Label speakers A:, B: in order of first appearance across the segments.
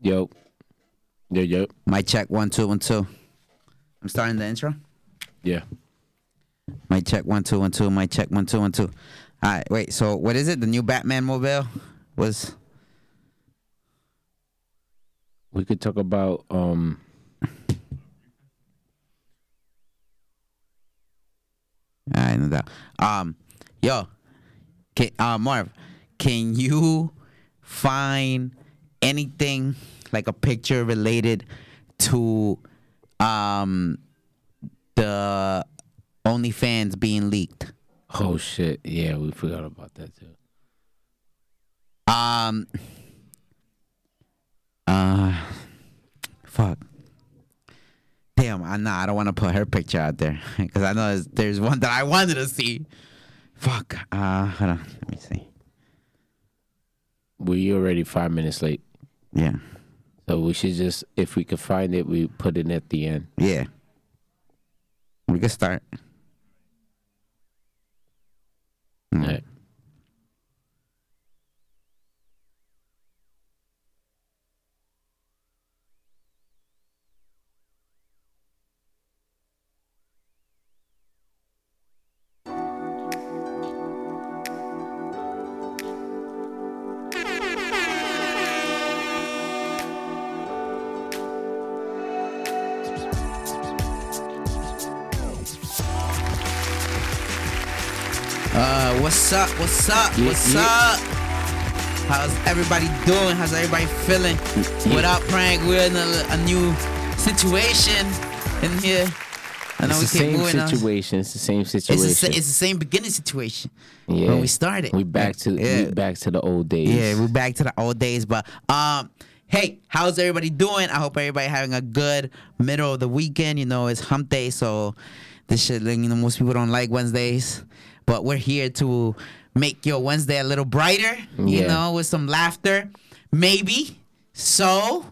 A: Yo. Yo, yo.
B: Mic check one two one two. I'm starting the intro.
A: Yeah.
B: Mic check one two one two. Mic check one two one two. All right, wait. So what is it? The new Batman mobile was
A: We could talk about um
B: all right, no doubt. Um, yo, can, uh, Marv, can you find anything like a picture related to um the OnlyFans being leaked?
A: oh shit. Yeah, we forgot about that too.
B: Um. Uh. Fuck. Damn. I nah. I don't want to put her picture out there because I know there's, there's one that I wanted to see. Fuck. Uh. Hold on. Let me see.
A: We already five minutes late.
B: Yeah.
A: So we should just if we could find it, we put it at the end.
B: Yeah. We can start. Mm.
A: Alright.
B: Uh. What's up? What's up?
A: Yeah,
B: what's
A: yeah.
B: up? How's everybody doing? How's everybody feeling? What up, prank? We're in a, a new situation in here. I know
A: It's
B: we
A: the same
B: keep moving on.
A: situation. It's the same
B: It's
A: situation.
B: the, sa- it's the same beginning situation
A: yeah.
B: when we started.
A: We back to
B: yeah,
A: we back to the old days.
B: yeah, we're back to the old days. But um, hey, how's everybody doing? I hope everybody having a good middle of the weekend. You know, it's Hump Day, so this shit. like, You know, most people don't like Wednesdays, but we're here to make your Wednesday a little brighter. You
A: Yeah.
B: know, with some laughter, maybe. So,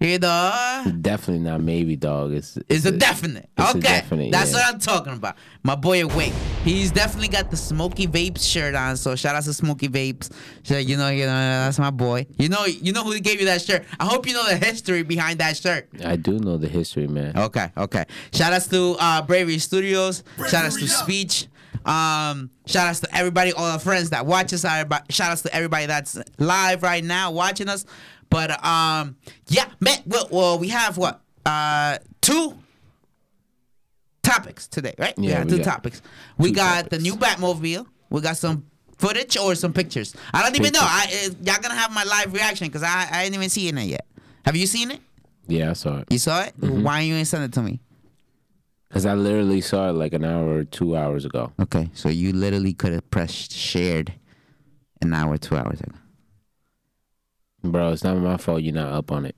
B: you know.
A: Definitely not maybe dog. It's
B: It's a definite.
A: it's a
B: okay.
A: definite,
B: That's
A: yeah.
B: what I'm talking about. My boy awake. He's definitely got the Smoky Vapes shirt on. So shout out to Smoky Vapes. So, you know, you know, that's my boy. You know, you know who gave you that shirt. I hope you know the history behind that shirt.
A: I do know the history, man.
B: Okay, okay. Shout outs to uh, Bravery Studios. shout outs to Speech. Um, shout outs to everybody, all our friends that watch us. everybody- Shout outs to everybody that's live right now watching us. But um, yeah, man. Well, well we have what uh two topics today, right?
A: Yeah,
B: we got
A: we
B: two
A: got
B: topics. We
A: two
B: got the
A: topics.
B: new Batmobile. We got some footage or some pictures. I don't even know. I uh, y'all gonna have my live reaction because I I ain't even seen it yet. Have you seen it?
A: Yeah, I saw it.
B: You saw it?
A: Mm-hmm.
B: Why you ain't send it to me?
A: Cause I literally saw it like an hour or two hours ago.
B: Okay, so you literally could have pressed shared an hour, two hours ago.
A: Bro, it's not my fault you're not up on it.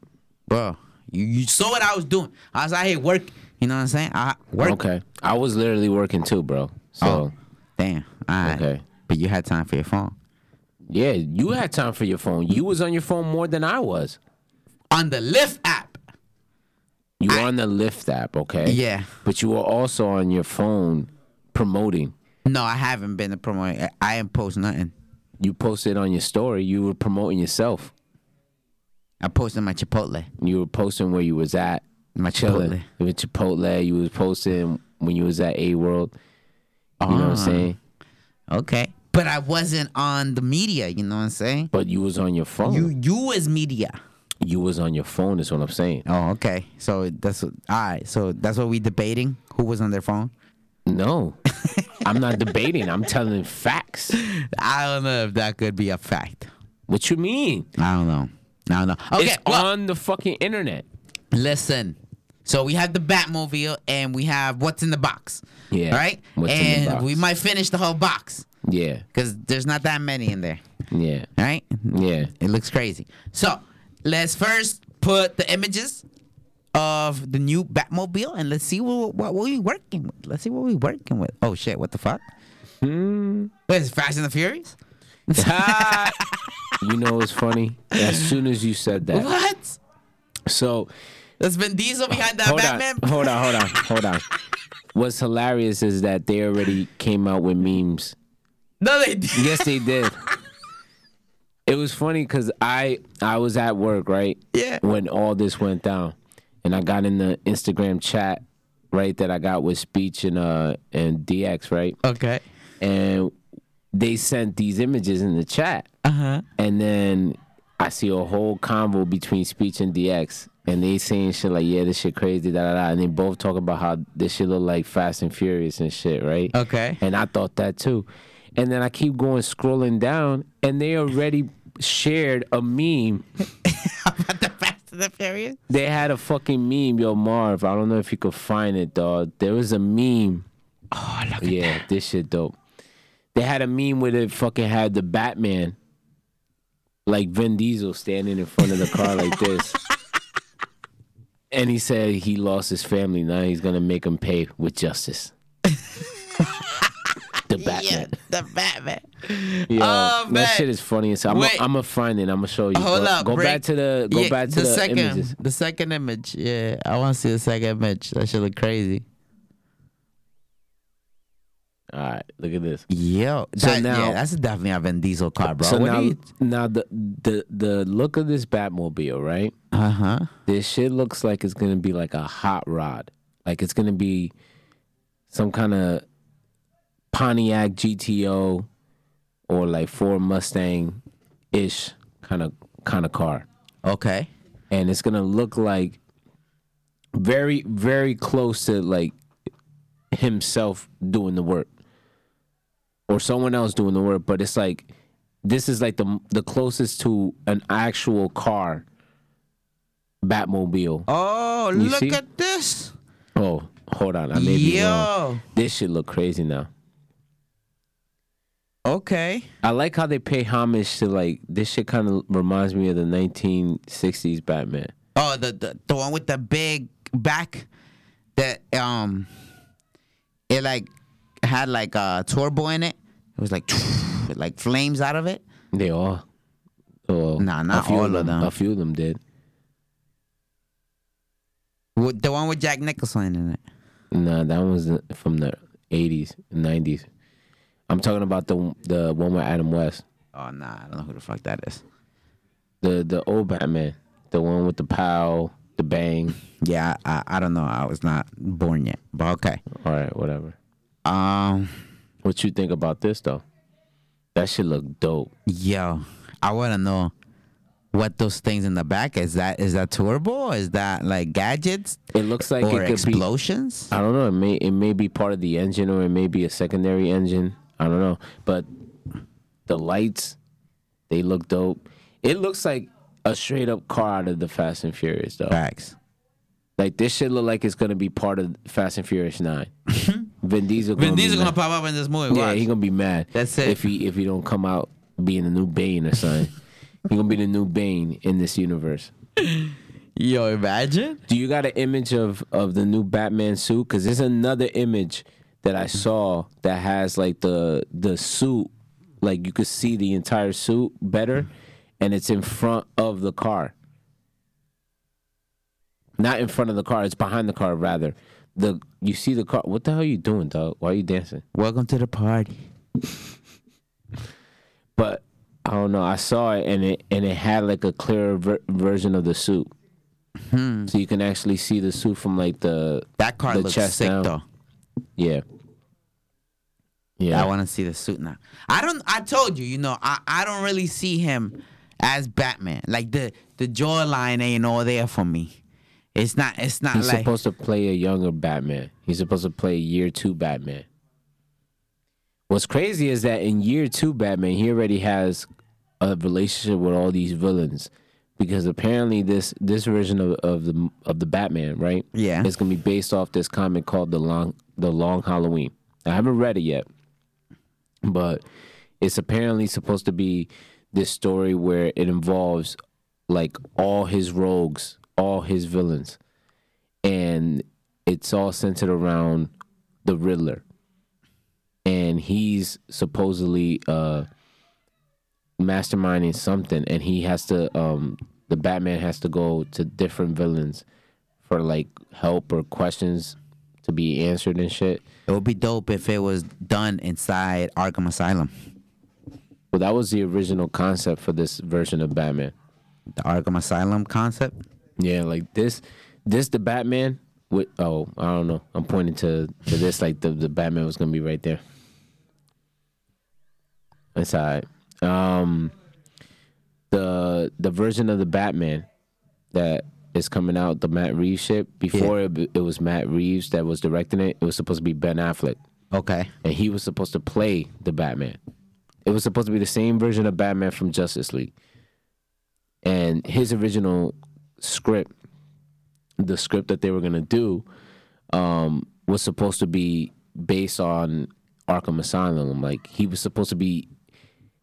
B: Bro, you, you saw what I was doing. I was out here work. You know what I'm saying? I work.
A: Okay. I was literally working too, bro. So
B: Oh, damn. All right.
A: Okay.
B: But you had time for your phone.
A: yeah, you had time for your phone. You was on your phone more than I was.
B: On the Lyft app.
A: You were on the Lyft app, okay?
B: Yeah.
A: But you were also on your phone promoting.
B: No, I haven't been a promoter. I ain't post nothing.
A: You posted on your story. You were promoting yourself.
B: I posted my Chipotle.
A: You were posting where you was at.
B: My
A: Chilling.
B: Chipotle.
A: With Chipotle. You was posting when you was at A World. You know what
B: Ah.
A: I'm saying?
B: Okay. But I wasn't on the media, you know what I'm saying?
A: But you was on your phone.
B: You
A: You,
B: you was media.
A: was on your phone is what I'm saying.
B: Oh, okay. So that's what, all right. So that's what we debating. Who was on their phone?
A: No. I'm not debating. I'm telling facts.
B: I don't know if that could be a fact.
A: What you mean?
B: I don't know. I don't know. Okay,
A: it's
B: well,
A: on the fucking internet.
B: listen. So we have the Batmobile and we have what's in the box.
A: Yeah,
B: Right?
A: what's in the
B: and
A: box.
B: we might finish the whole box
A: Yeah.
B: because there's not that many in there.
A: Yeah.
B: Right?
A: Yeah.
B: It looks crazy. So let's first put the images of the new Batmobile and let's see what, what, we're working with. Let's see what we're working with. Oh shit, what the fuck?
A: Hmm.
B: What is it, Fast and the Furious?
A: you know what's funny? As soon as you said that.
B: What?
A: So
B: There's Vin Diesel behind that
A: hold
B: Batman?
A: on. Hold on, hold on, hold on. What's hilarious is that they already came out with memes.
B: No, they did.
A: Yes, they did. it was funny because I I was at work right.
B: Yeah.
A: When all this went down, and I got in the Instagram chat right that I got with speech and uh and DX right,
B: Okay.
A: and they sent these images in the chat,
B: Uh huh.
A: and then I see a whole convo between speech and DX. And they saying shit like, yeah, this shit crazy, da da da. And they both talking about how this shit look like Fast and Furious and shit, right?
B: Okay.
A: And I thought that too. And then I keep going scrolling down, and they already shared a meme.
B: About the Fast and the Furious.
A: They had a fucking meme, yo, Marv. I don't know if you could find it, dog. There was a meme.
B: Oh look. at
A: Yeah, this shit dope. They had a meme where it fucking had the Batman, like Vin Diesel, standing in front of the car like this. And he said he lost his family. Now he's gonna make him pay with justice. the Batman.
B: Yeah, the Batman.
A: Yo,
B: Oh, man.
A: that shit is funny. as I'm
B: Wait.
A: gonna find it. I'm gonna show you.
B: Hold
A: go,
B: up.
A: Go
B: break-
A: back to the. Go
B: Yeah,
A: back to the,
B: second,
A: images.
B: The second image. Yeah, I want to see the second image. That should look crazy.
A: All right, look at this.
B: Yo,
A: So
B: that-
A: now-
B: yeah, that's definitely a Vin Diesel car, bro.
A: so
B: what
A: now,
B: do you?
A: now the the the look of this Batmobile, right?
B: Uh huh.
A: This shit looks like it's gonna be like a hot rod. Like it's gonna be some kind of Pontiac GTO or like Ford Mustang ish kind of kind of car.
B: Okay.
A: and it's gonna look like very very close to like himself doing the work or someone else doing the work but it's like this is like the the closest to an actual car batmobile
B: Oh, look
A: see?
B: at this.
A: oh hold on i may be wrong
B: Yo.
A: this shit look crazy now
B: Okay.
A: i like how they pay homage to like this shit kind of reminds me of the 1960s batman
B: Oh, the, the the one with the big back that um it like had like a turbo in it. It was like it like flames out of it.
A: They all. Well,
B: Nah,
A: a
B: not
A: few
B: all of them.
A: A few of them did.
B: With the one with Jack Nicholson in it.
A: Nah, that was the- from the eighties, nineties. I'm talking about the the one with Adam West,
B: Oh nah, I don't know who the fuck that is.
A: the the old Batman, the one with the pow, the bang.
B: Yeah, I, I don't know. I was not born yet, but okay.
A: All right, whatever.
B: Um,
A: What you think about this though? That shit look dope.
B: yo, I wanna know what those things in the back is. That is that turbo? Is that like gadgets
A: It looks like
B: or
A: it could be.
B: explosions?
A: I don't know. It may it may be part of the engine or it may be a secondary engine. I don't know. But the lights, they look dope. It looks like a straight up car out of the Fast and Furious though.
B: Facts.
A: Like this shit look like it's gonna be part of Fast and Furious Nine. Vin Diesel.
B: Vin
A: gonna
B: Diesel
A: be
B: gonna
A: mad.
B: pop up in this movie.
A: Yeah,
B: watch.
A: he gonna be mad.
B: That's it.
A: If he if he don't come out being the new Bane or something, he gonna be the new Bane in this universe.
B: Yo, imagine.
A: Do you got an image of of the new Batman suit? Because there's another image that I saw that has like the the suit, like you could see the entire suit better, and it's in front of the car. Not in front of the car; it's behind the car rather. The you see the car. What the hell are you doing, dog? Why are you dancing?
B: Welcome to the party.
A: But I don't know. I saw it and it and it had like a clearer ver- version of the suit, so you can actually see the suit from like the
B: That car
A: The
B: looks
A: chest
B: sick
A: down.
B: though.
A: Yeah. Yeah.
B: I want to see the suit now. I don't. I told you, you know, I, I don't really see him as Batman. Like the the jawline ain't all there for me. It's not. It's not
A: He's
B: like.
A: supposed to play a younger Batman. He's supposed to play a year two Batman. What's crazy is that in year two Batman, he already has a relationship with all these villains. Because apparently this this version of, of the of the Batman, right?
B: Yeah.
A: It's gonna be based off this comic called The Long The Long Halloween. I haven't read it yet. but it's apparently supposed to be this story where it involves like all his rogues, all his villains, and it's all centered around the Riddler, and he's supposedly uh masterminding something, and he has to um the Batman has to go to different villains for like help or questions to be answered and shit.
B: it would be dope if it was done inside Arkham Asylum.
A: Well, that was the original concept for this version of Batman.
B: The Arkham Asylum concept.
A: Yeah, like this, this the Batman. With, oh, I don't know. I'm pointing to, to this like the, the Batman was gonna be right there. That's alright. Um, the the version of the Batman that is coming out, the Matt Reeves shit. Before it, it was Matt Reeves that was directing it. It was supposed to be Ben Affleck,
B: Okay.
A: and he was supposed to play the Batman. It was supposed to be the same version of Batman from Justice League. And his original script, the script that they were gonna do, um, was supposed to be based on Arkham Asylum. Like he was supposed to be,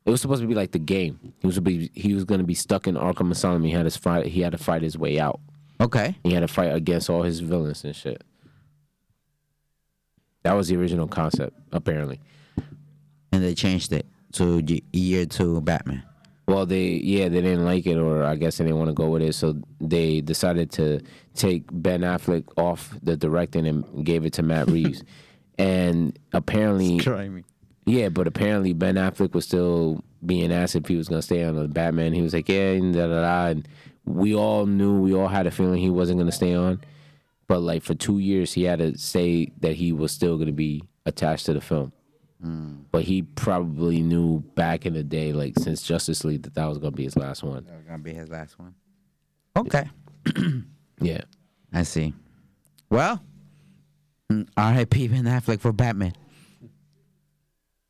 A: it was supposed to be like the game. He was to be, he was gonna be stuck in Arkham Asylum. He had his fight. He had to fight his way out.
B: Okay.
A: He had to fight against all his villains and shit. That was the original concept, apparently.
B: And they changed it to y- year two Batman.
A: Well, they yeah they didn't like it, or I guess they didn't want to go with it, so they decided to take Ben Affleck off the directing and gave it to Matt Reeves. and apparently,
B: Trying
A: yeah, but apparently Ben Affleck was still being asked if he was gonna stay on the Batman. He was like, yeah, and da da da. And we all knew, we all had a feeling he wasn't gonna stay on. But like for two years, he had to say that he was still gonna be attached to the film. But he probably knew back in the day, like since Justice League, that that was gonna be his last one.
B: That was gonna be his last one. Okay.
A: Yeah.
B: I see. Well, mm, R.I.P. Ben Affleck for Batman.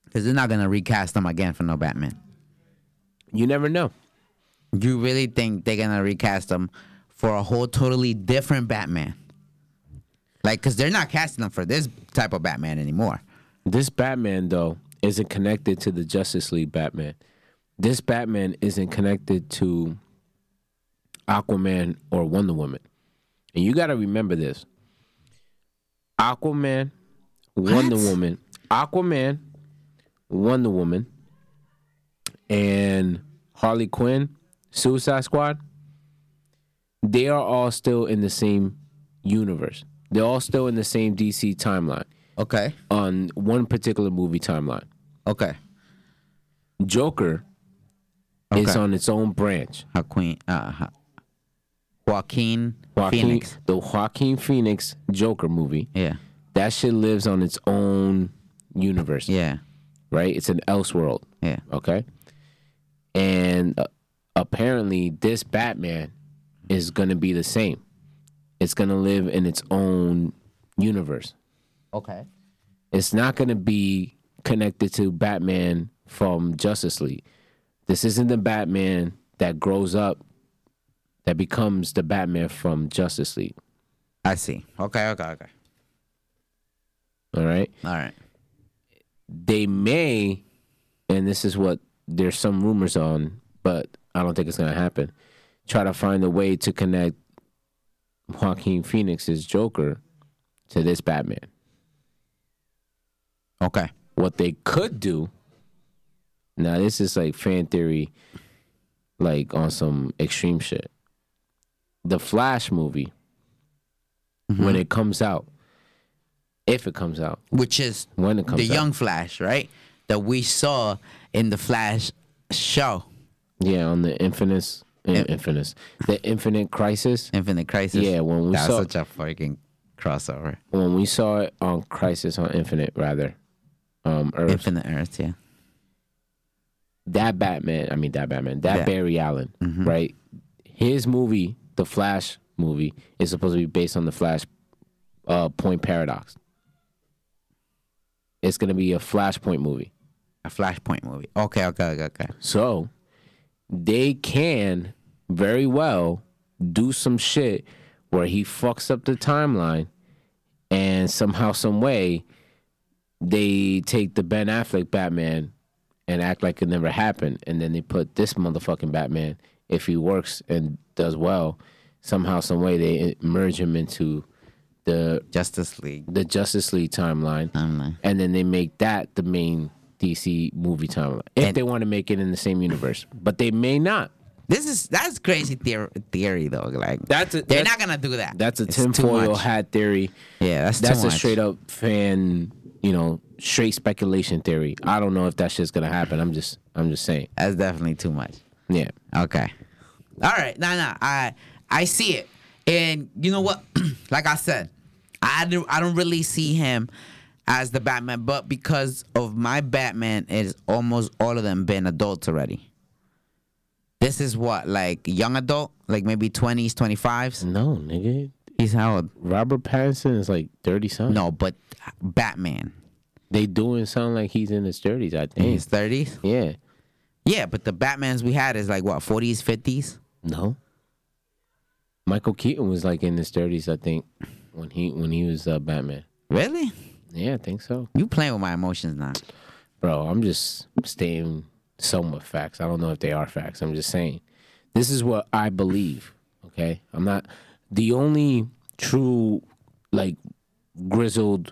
B: Because they're not gonna recast him again for no Batman.
A: You never know.
B: You really think they're gonna recast him for a whole totally different Batman? Like, cause they're not casting him for this type of Batman anymore.
A: This Batman though isn't connected to the Justice League Batman. This Batman isn't connected to Aquaman or Wonder Woman. And you got to remember this. Aquaman, Wonder
B: What?
A: Woman, Aquaman, Wonder Woman and Harley Quinn, Suicide Squad, they are all still in the same universe. They're all still in the same DC timeline
B: Okay.
A: on one particular movie timeline.
B: Okay.
A: Joker is
B: Okay.
A: on its own branch.
B: Uh, Queen, uh, Ha- Joaquin,
A: Joaquin,
B: Phoenix.
A: The Joaquin Phoenix Joker movie.
B: Yeah.
A: That shit lives on its own universe,
B: Yeah.
A: right? It's an Elseworld,
B: Yeah.
A: okay? And uh, apparently, this Batman is gonna be the same. It's gonna live in its own universe.
B: Okay.
A: it's not going to be connected to Batman from Justice League. This isn't the Batman that grows up that becomes the Batman from Justice League.
B: I see. Okay. Okay. Okay.
A: All right.
B: All right.
A: They may, and this is what there's some rumors on, but I don't think it's going to happen, try to find a way to connect Joaquin Phoenix's Joker to this Batman.
B: Okay.
A: what they could do now this is like fan theory like on some extreme shit the flash movie
B: Mm-hmm.
A: when it comes out if it comes out
B: Which is
A: when it comes
B: the
A: out
B: young Flash, right? That we saw in the Flash show,
A: yeah on the infinite
B: In-
A: infinite the infinite crisis
B: Infinite Crisis.
A: Yeah, when we
B: that
A: saw-
B: was such a fucking crossover.
A: when we saw it on crisis on infinite rather um earth
B: Infinite Earth, yeah.
A: that Batman, I mean that Batman, that
B: Yeah.
A: Barry Allen, right? His movie, the Flash movie, is supposed to be based on the Flash uh, point paradox. It's gonna be a Flashpoint movie,
B: A Flashpoint movie. Okay, okay, okay, okay.
A: so they can very well do some shit where he fucks up the timeline, and somehow, some way, they take the Ben Affleck Batman and act like it never happened, and then they put this motherfucking Batman, if he works and does well, somehow, some way, they merge him into the
B: Justice League.
A: the Justice League timeline,
B: Timeline.
A: and then they make that the main DC movie timeline if
B: And-
A: they want to make it in the same universe, but they may not.
B: This is that's crazy theory, theory though. Like
A: That's a-
B: they're
A: that's-
B: not gonna do that.
A: That's a
B: It's too
A: tinfoil
B: much.
A: hat theory.
B: Yeah, that's
A: That's
B: too
A: a
B: much.
A: straight up fan, you know, straight speculation theory. I don't know if that shit's gonna happen. I'm just I'm just saying.
B: That's definitely too much.
A: Yeah.
B: Okay. All right. Nah, nah. I I see it, and you know what? like I said, I do, I don't really see him as the Batman, but because of my Batman, is almost all of them been adults already. This is what like young adult, like maybe twenties, twenty fives.
A: No, nigga.
B: He's how old?
A: Robert Pattinson is like thirty something.
B: No, but Batman.
A: They doing sound like he's in his thirties, I think.
B: He's thirties.
A: Yeah.
B: Yeah, but the Batmans we had is like what forties, fifties.
A: No. Michael Keaton was like in his thirties, I think, when he when he was uh, Batman.
B: Really?
A: Yeah, I think so.
B: You playing with my emotions now?
A: Bro, I'm just stating somewhat facts. I don't know if they are facts. I'm just saying. This is what I believe. Okay? I'm not the only true like grizzled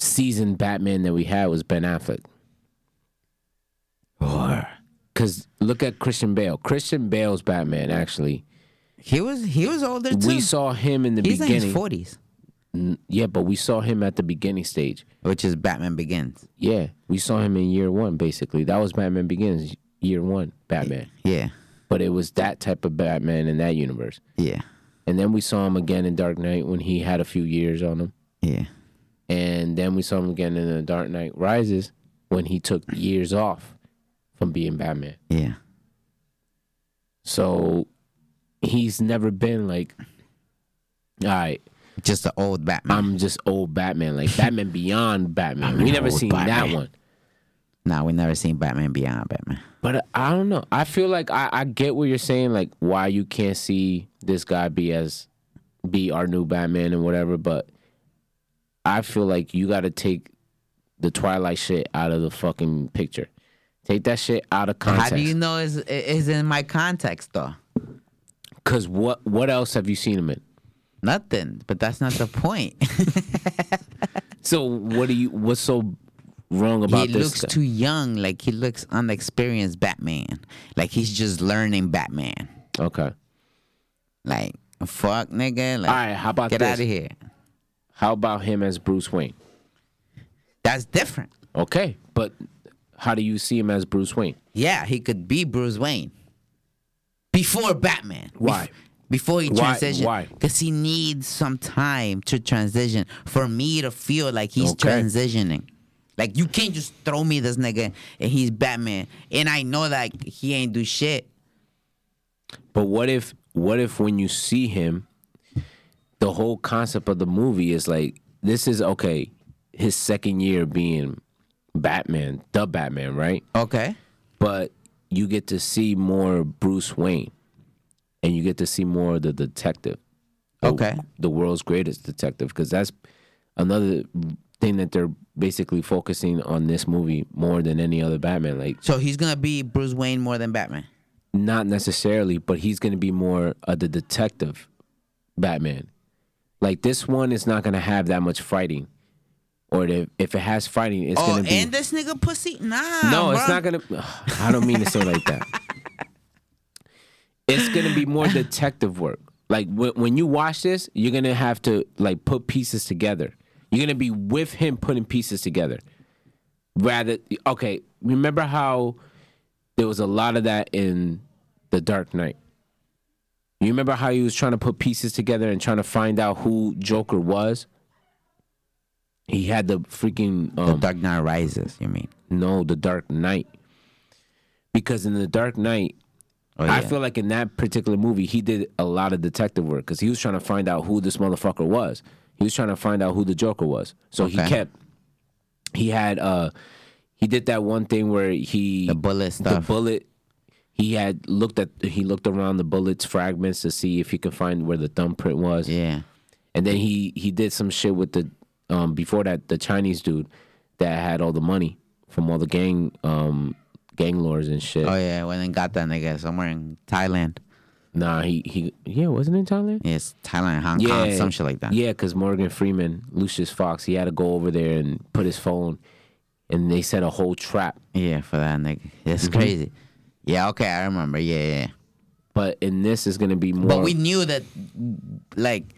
A: seasoned Batman that we had was Ben Affleck. Cause look at Christian Bale. Christian Bale's Batman actually.
B: He was he was older too.
A: We saw him in the
B: He's in his
A: beginning.
B: forties,
A: N- yeah, but we saw him at the beginning stage.
B: which is Batman Begins.
A: Yeah, we saw him in year one, basically. That was Batman Begins, year one, Batman.
B: Yeah,
A: But it was that type of Batman in that universe.
B: yeah,
A: And then we saw him again in Dark Knight when he had a few years on him.
B: yeah.
A: And then we saw him again in The Dark Knight Rises when he took years off from being Batman.
B: Yeah.
A: So he's never been like, all right,
B: Just the old Batman.
A: I'm just old Batman, like Batman Beyond Batman. we never
B: old
A: seen that
B: Batman.
A: one.
B: nah, we never seen Batman Beyond Batman.
A: But I don't know. I feel like I, I get what you're saying, like why you can't see this guy be as be our new Batman and whatever, but I feel like you gotta take the Twilight shit out of the fucking picture. Take that shit out of
B: How do
A: context.
B: you know is is in my context though?
A: Because what what else have you seen him in?
B: Nothing, but that's not the point.
A: So what do you what's so wrong
B: he
A: about this?
B: looks
A: guy?
B: too young. Like he looks unexperienced Batman. Like he's just learning Batman.
A: okay.
B: Like fuck, nigga. Like,
A: All right, how about
B: get
A: this?
B: out of here.
A: How about him as Bruce Wayne?
B: That's different.
A: Okay, but how do you see him as Bruce Wayne?
B: Yeah, he could be Bruce Wayne before Batman.
A: Why?
B: Bef- before he
A: Why-
B: transitioned.
A: why?
B: Because he needs some time to transition for me to feel like he's
A: Okay.
B: transitioning. Like you can't just throw me this nigga and he's Batman and I know that he ain't do shit.
A: But what if what if when you see him, the whole concept of the movie is like this is okay, his second year being Batman, the Batman, right?
B: Okay.
A: But you get to see more Bruce Wayne and you get to see more of the detective. the-
B: Okay.
A: The world's greatest detective because that's another thing that they're basically focusing on this movie more than any other Batman like
B: So he's gonna be Bruce Wayne more than Batman.
A: not necessarily, but he's going to be more of the detective Batman. Like this one is not going to have that much fighting, or the, if it has fighting, it's
B: oh,
A: going to be
B: and this nigga pussy? Nah.
A: no, it's
B: bruh.
A: not going to. I don't mean to say it like that. It's going to be more detective work. Like when, when you watch this, you're going to have to like put pieces together. You're going to be with him putting pieces together. Rather, okay, remember how there was a lot of that in The Dark Knight. You remember how he was trying to put pieces together and trying to find out who Joker was? He had the freaking um,
B: The Dark Knight Rises. You mean?
A: no, The Dark Knight. Because in The Dark Knight,
B: Oh,
A: I feel like in that particular movie, he did a lot of detective work because he was trying to find out who this motherfucker was. He was trying to find out who the Joker was. So he
B: Okay.
A: kept, he had, uh, he did that one thing where he
B: the bullet
A: the
B: stuff.
A: bullet. He had looked at he looked around the bullet's fragments to see if he could find where the thumbprint was.
B: yeah.
A: And then he he did some shit with the um before that the Chinese dude that had all the money from all the gang um gang lords and shit.
B: Oh yeah, went and got that nigga somewhere in Thailand.
A: Nah, he he yeah, wasn't it in Thailand?
B: Yes, Thailand, Hong Kong, some shit like that.
A: Yeah, because Morgan Freeman, Lucius Fox, he had to go over there and put his phone, and they set a whole trap.
B: Yeah, for that nigga. That's crazy. Yeah, okay, I remember. Yeah, yeah. yeah.
A: But in this, is gonna be more.
B: But we knew that, like,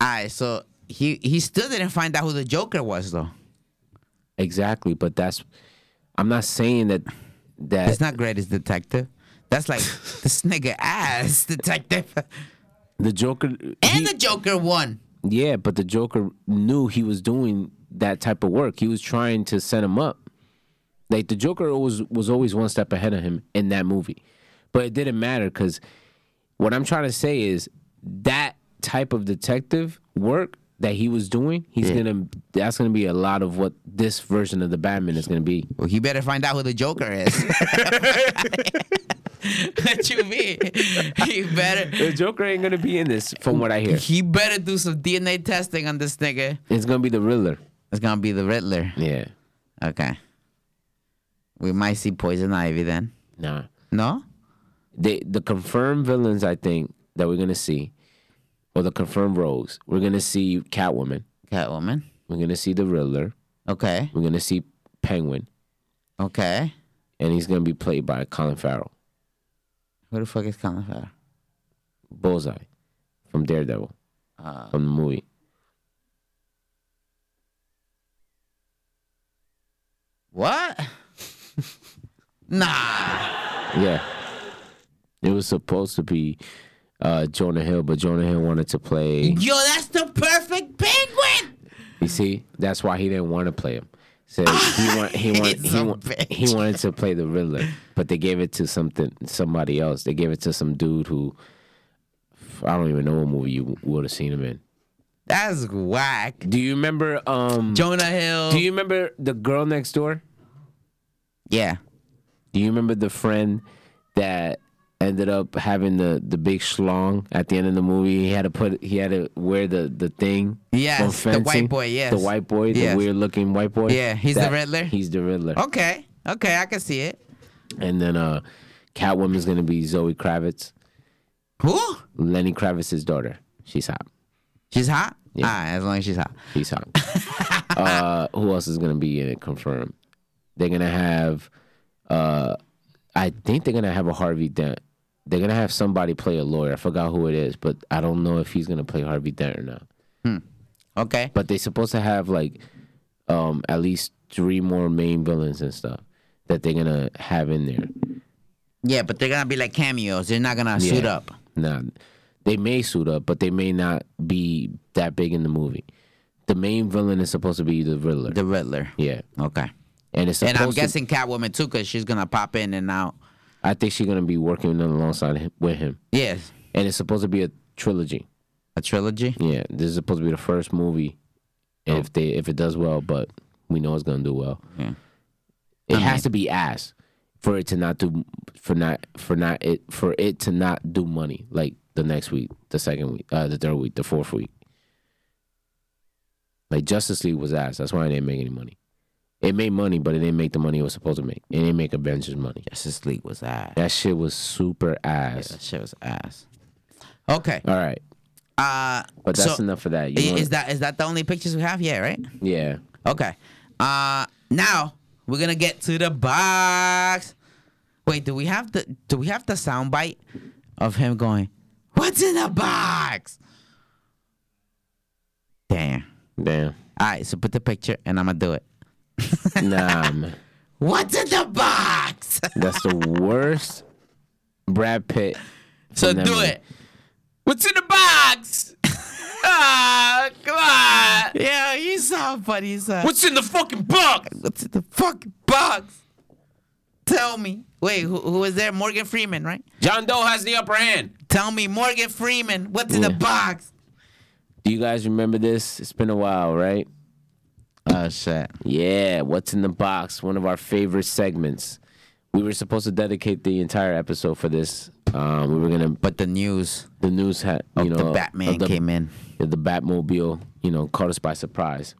B: all right, so he he still didn't find out who the Joker was though.
A: Exactly, but that's. I'm not saying that. That
B: It's not greatest detective. That's like this nigga ass detective.
A: the Joker. he-
B: And the Joker won.
A: yeah, but the Joker knew he was doing that type of work. He was trying to set him up. Like the Joker was was always one step ahead of him in that movie, but it didn't matter because what I'm trying to say is that type of detective work that he was doing, he's gonna that's gonna be a lot of what this version of the Batman is gonna be.
B: Well, you better find out who the Joker is. what you mean? He better.
A: The Joker ain't gonna be in this, from what I hear.
B: He better do some DNA testing on this nigga.
A: It's gonna be the Riddler.
B: It's gonna be the Riddler.
A: Yeah,
B: Okay. We might see Poison Ivy then.
A: nah.
B: No?
A: they the confirmed villains I think that we're gonna see, or the confirmed roles, we're gonna see Catwoman,
B: Catwoman.
A: we're gonna see the Riddler,
B: Okay.
A: we're gonna see Penguin,
B: Okay.
A: and he's gonna be played by Colin Farrell,
B: Who the fuck is Colin Farrell?
A: Bullseye, from Daredevil,
B: Uh,
A: from the movie.
B: what? nah.
A: Yeah, it was supposed to be uh, Jonah Hill, but Jonah Hill wanted to play.
B: Yo, that's the perfect penguin.
A: You see, that's why he didn't want to play him. So he want, he want,
B: He's
A: he,
B: a
A: wa-
B: bitch.
A: he wanted to play the Riddler, but they gave it to something somebody else. They gave it to some dude who I don't even know what movie you would have seen him in.
B: That's whack.
A: Do you remember? Um,
B: Jonah Hill.
A: do you remember the girl next door?
B: yeah.
A: Do you remember the friend that ended up having the the big schlong at the end of the movie? He had to put he had to wear the the thing.
B: Yes,
A: from
B: the white
A: fencing?
B: boy, yes.
A: the white boy, the
B: Yes.
A: weird looking white boy.
B: Yeah, he's the Riddler?
A: He's the Riddler.
B: Okay. Okay, I can see it.
A: And then uh Catwoman's gonna be Zoe Kravitz,
B: Who?
A: Lenny Kravitz's daughter. She's hot.
B: She's hot? Yeah. as long as she's hot.
A: She's hot. uh who else is gonna be in it confirmed? They're gonna have uh I think they're gonna have a Harvey Dent. They're gonna have somebody play a lawyer. I forgot who it is, but I don't know if he's gonna play Harvey Dent or not.
B: Okay.
A: But they're supposed to have like um at least three more main villains and stuff that they're gonna have in there.
B: Yeah, but they're gonna be like cameos. They're not gonna suit
A: Yeah.
B: up.
A: Nah, they may suit up, but they may not be that big in the movie. The main villain is supposed to be the Riddler.
B: The Riddler.
A: yeah,
B: Okay.
A: and it's supposed
B: And I'm
A: to-
B: guessing Catwoman too, cause she's gonna pop in and out.
A: I think she's gonna be working alongside him, with him,
B: Yes.
A: and it's supposed to be a trilogy.
B: A trilogy.
A: Yeah, this is supposed to be the first movie. If they if it does well, but we know it's gonna do well.
B: Oh. Yeah.
A: It has to be ass for it to not do for not for not it for it to not do money like the next week, the second week, uh, the third week, the fourth week. Like Justice League was ass. That's why it didn't make any money. It made money, but it didn't make the money it was supposed to make. It didn't make Avengers money.
B: Justice League was ass.
A: That shit was super ass.
B: That shit was ass. Okay.
A: All right,
B: Uh
A: but that's
B: so
A: enough for that. You
B: i-
A: wanna-
B: is that is that the only pictures we have? Yeah, right?
A: yeah,
B: Okay. Uh now we're gonna get to the box. Wait, do we have the do we have the sound bite of him going, What's in the box? Damn.
A: damn.
B: Alright, so put the picture and I'm gonna do it.
A: Nah, man.
B: What's in the box?
A: that's the worst. Brad Pitt.
B: so
A: from that
B: do
A: movie.
B: it. What's in the box? Ah, come on. Yeah, you sound funny. You sound
C: What's in the fucking box?
B: What's in the fucking box? Tell me. Wait, who, who was there? Morgan Freeman, right?
C: John Doe has the upper hand.
B: Tell me, Morgan Freeman, what's in the
A: Yeah.
B: box?
A: Do you guys remember this? It's been a while, right?
B: Oh, shit.
A: Yeah, what's in the box? One of our favorite segments. We were supposed to dedicate the entire episode for this. Um, we were gonna
B: But the news
A: the news had you know
B: the Batman
A: of the,
B: came in.
A: of the Batmobile you know caught us by surprise.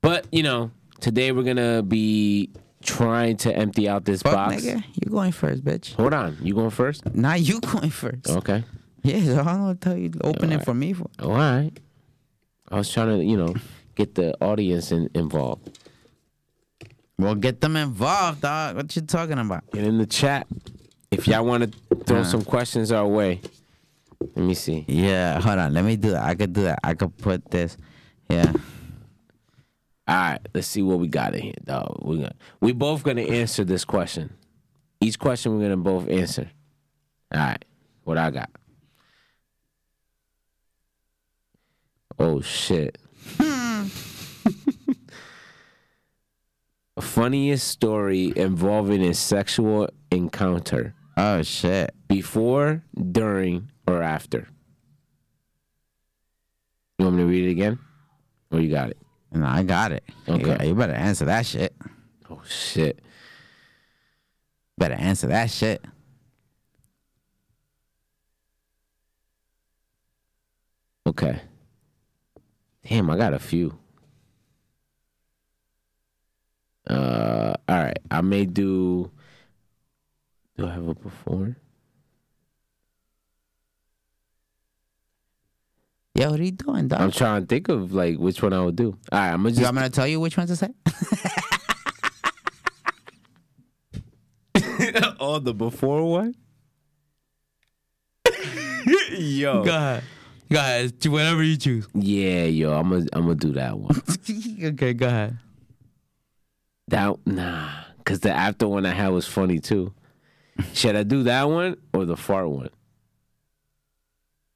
A: But you know today we're gonna be trying to empty out this
B: Fuck,
A: box.
B: nigga. You going first, bitch.
A: Hold on, you going first?
B: Nah, you going first.
A: Okay.
B: Yeah, so I don't know what to tell you. Open it for me. For.
A: All right. I was trying to you know get the audience in, involved.
B: Well, get them involved, dog. What you talking about?
A: Get in the chat if y'all want to throw
B: Uh.
A: some questions our way. Let me see.
B: Yeah, hold on. Let me do that. I could do that. I could put this. Yeah.
A: All right, let's see what we got in here, dog. We got, we both gonna answer this question. Each question we're gonna both answer. All right, what I got? Oh shit. Funniest story involving a sexual encounter
B: Oh shit.
A: before, during, or after. You want me to read it again? Or you got it?
B: No, I got it.
A: Okay.
B: You, you better answer that shit.
A: Oh shit.
B: Better answer that shit.
A: Okay. Damn, I got a few. Uh, all right. I may do. Do I have a before?
B: Yo, what are you doing, dog?
A: I'm trying to think of like which one I would do. All right, I'm gonna
B: You
A: just.
B: want me to tell you which ones to say?
A: oh, the before one. yo.
B: ahead. Go ahead. Do whatever you choose.
A: Yeah, yo. I'm gonna I'm gonna do that one.
B: okay, go ahead.
A: That nah, cause the after one I had was funny too. Should I do that one or the fart one?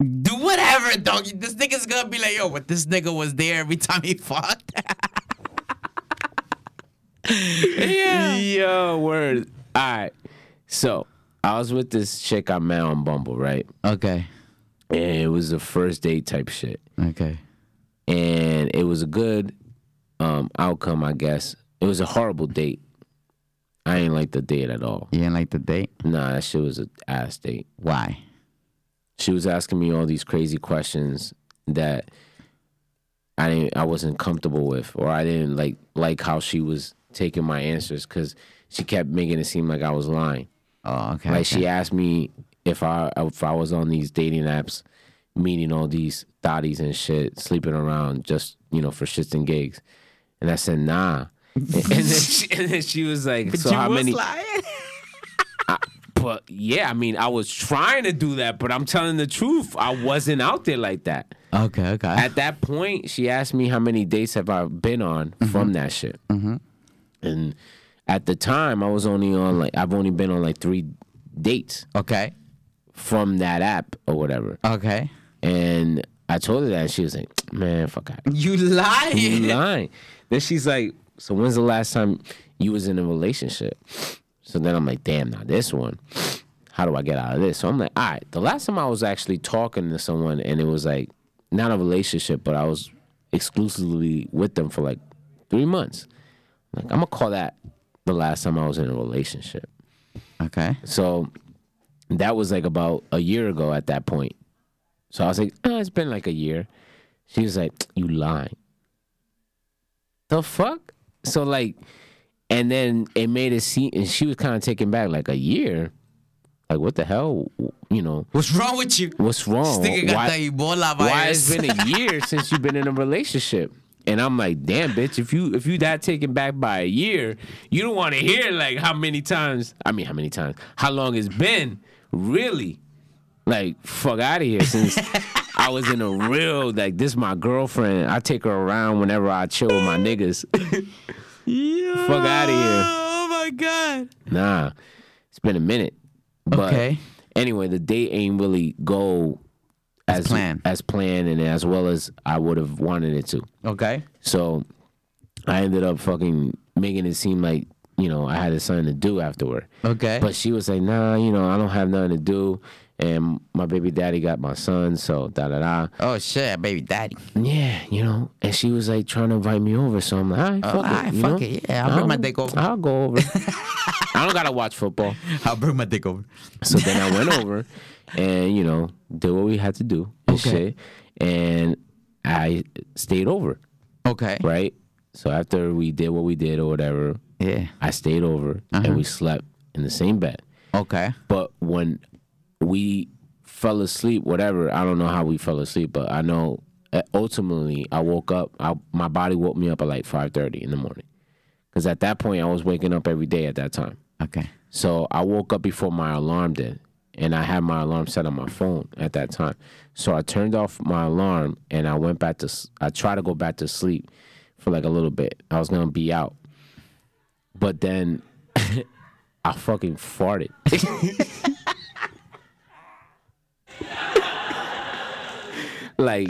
B: Do whatever, dog. This nigga's gonna be like, yo, but this nigga was there every time he fucked. yeah.
A: Yo, word. All right. So I was with this chick I met on Bumble, right?
B: Okay.
A: And it was the first date type shit.
B: Okay.
A: And it was a good um, outcome, I guess. It was a horrible date. I ain't like the date at all.
B: You didn't like the date?
A: Nah, that shit was an ass date.
B: Why?
A: She was asking me all these crazy questions that I didn't, I wasn't comfortable with, or I didn't like like how she was taking my answers because she kept making it seem like I was lying.
B: Oh, okay.
A: Like she asked me if I if I was on these dating apps, meeting all these thotties and shit, sleeping around just you know for shits and gigs, and I said nah. and, then she, and then she was like, "So how many?" But yeah, I mean, I was trying to do that, but I'm telling the truth. I wasn't out there like that.
B: okay, okay.
A: At that point, she asked me how many dates have I been on from that shit. And at the time, I was only on like I've only been on like three dates
B: okay.
A: from that app or whatever.
B: Okay.
A: And I told her that. She was like, man, fuck out.
B: You lying.
A: You lying. Then she's like, so when's the last time you was in a relationship? So then I'm like, damn, now this one. How do I get out of this? So I'm like, all right, the last time I was actually talking to someone and it was like, not a relationship, but I was exclusively with them for like three months. Like, I'm going to call that the last time I was in a relationship.
B: Okay.
A: So that was like about a year ago at that point. So I was like, oh, it's been like a year. She was like, you lying. The fuck? So like, and then it made it seem, and she was kind of taken back, like a year. Like what the hell? You know,
B: What's wrong with you?
A: what's wrong?
B: This nigga got that
A: Why,
B: Ebola virus.
A: why it's been a year since you've been in a relationship? And I'm like, damn, bitch, if you if you that taken back by a year, you don't want to hear like how many times. I mean, how many times? How long it's been? Really? Like, fuck out of here. Since I was in a real like, this my girlfriend. I take her around whenever I chill with my niggas. Fuck out of here.
B: Oh my god.
A: Nah, it's been a minute. But
B: Okay.
A: Anyway, the date ain't really go as as
B: planned.
A: planned and as well as I would have wanted it to.
B: Okay.
A: So I ended up fucking making it seem like you know I had something to do afterward.
B: Okay.
A: But she was like, Nah, you know I don't have nothing to do, and my baby daddy got my son, so da da da.
B: oh shit, baby daddy.
A: Yeah, you know. And she was like trying to invite me over, so I'm like, all right, fuck it,
B: Uh, alright,
A: you
B: Oh, fuck
A: know?
B: it, yeah, I'll bring my dick over.
A: I'll go over. I don't gotta watch football.
B: I'll bring my dick over.
A: So then I went over and, you know, did what we had to do and
B: Okay.
A: shit. And I stayed over,
B: Okay.
A: right? So after we did what we did or whatever,
B: Yeah.
A: I stayed over and we slept in the same bed.
B: Okay.
A: But when we fell asleep, whatever, I don't know how we fell asleep, but I know uh, ultimately I woke up, I, my body woke me up at like 5.30 in the morning. Because at that point, I was waking up every day at that time.
B: Okay.
A: So I woke up before my alarm did, and I had my alarm set on my phone at that time. So I turned off my alarm and I went back to. s- I tried to go back to sleep for like a little bit. I was gonna be out, but then I fucking farted. like,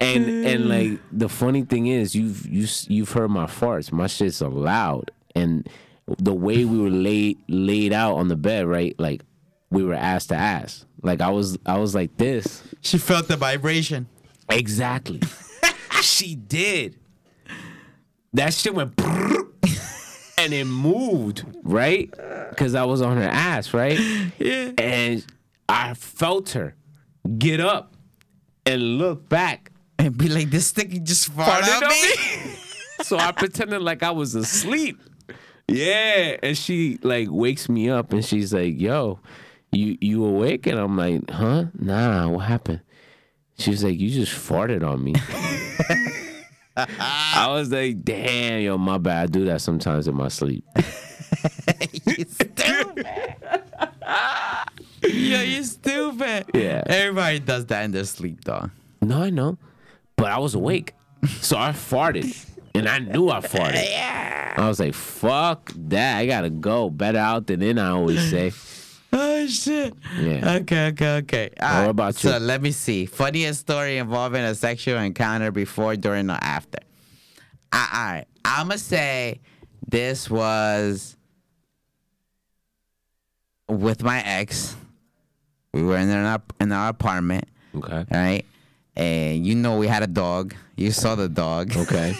A: and and like the funny thing is, you've you s- you've heard my farts. My shit's are loud, and the way we were laid laid out on the bed, right? Like we were ass to ass. Like I was I was like this.
B: She felt the vibration.
A: Exactly.
C: she did. That shit went and it moved.
A: right? Because I was on her ass, right? Yeah. And I felt her get up and look back.
B: And be like, this thing just farted
C: Farted
B: on
C: on
B: me.
A: So I pretended like I was asleep. Yeah. And she like wakes me up and she's like, yo, you you awake? And I'm like, huh? Nah, what happened? She was like, you just farted on me. I was like, damn, yo, my bad. I do that sometimes in my sleep.
B: you stupid. Yo, you stupid.
A: Yeah.
B: Everybody does that in their sleep, dog.
A: No, I know. But I was awake. So I farted. And I knew I farted. I was like, fuck that. I gotta go. Better out than in, I always say.
B: Oh shit.
A: Yeah.
B: Okay, okay, okay. All
A: what about
B: So
A: you?
B: let me see. Funniest story involving a sexual encounter before, during, or after. I, all right. I'ma say this was with my ex. We were in our in our apartment,
A: Okay.
B: all right? And you know we had a dog. You saw the dog.
A: Okay.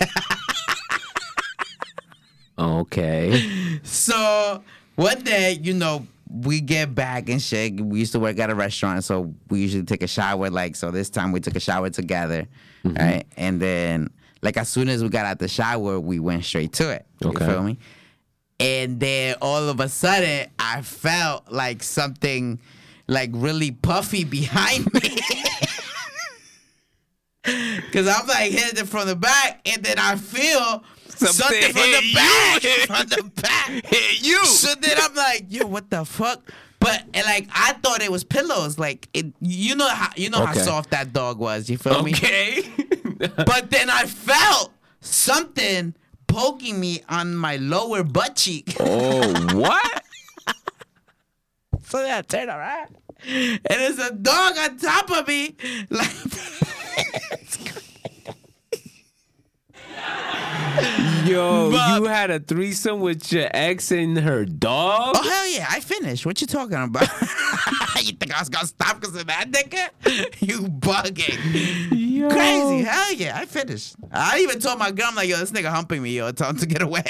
A: okay.
B: So one day, you know, we get back and shit. We used to work at a restaurant, so we usually take a shower. Like, so this time we took a shower together, right? And then, like, as soon as we got out the shower, we went straight to it.
A: Okay.
B: You feel me? And then all of a sudden, I felt like something, like really puffy behind me. Cause I'm like hitting it from the back, and then I feel something, from the back, from the back.
C: Hit you.
B: So then I'm like, yo, what the fuck? But and like I thought it was pillows. Like it, you know how you know how
A: Okay.
B: soft that dog was. You feel me?
C: Okay.
B: But then I felt something poking me on my lower butt cheek.
A: Oh, what?
B: so then I turned around, and there's a dog on top of me. Like
A: Yo,
B: But-
A: you had a threesome with your ex and her dog?
B: Oh hell yeah, I finished. What you talking about? you think I was gonna stop because of that nigga? You bugging.
A: Yo.
B: Crazy. Hell yeah, I finished. I even told my girl, I'm like, yo, this nigga humping me, yo, tell him to get away.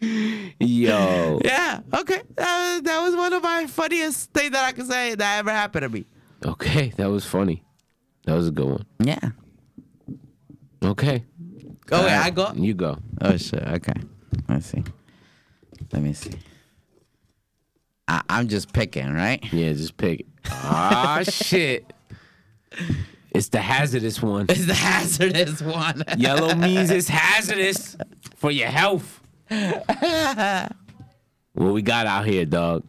A: Yo.
B: yeah, okay. That, Uh, that was one of my funniest things that I could say that ever happened to me.
A: Okay, that was funny. That was a good one.
B: Yeah.
A: Okay.
B: Oh wait, I go.
A: You go.
B: Oh shit. Okay. Let's see. Let me see. I, I'm just picking, right?
A: Yeah, just pick it. Ah, shit. It's the hazardous one.
B: It's the hazardous one.
A: Yellow means it's hazardous for your health. what we got out here, dog?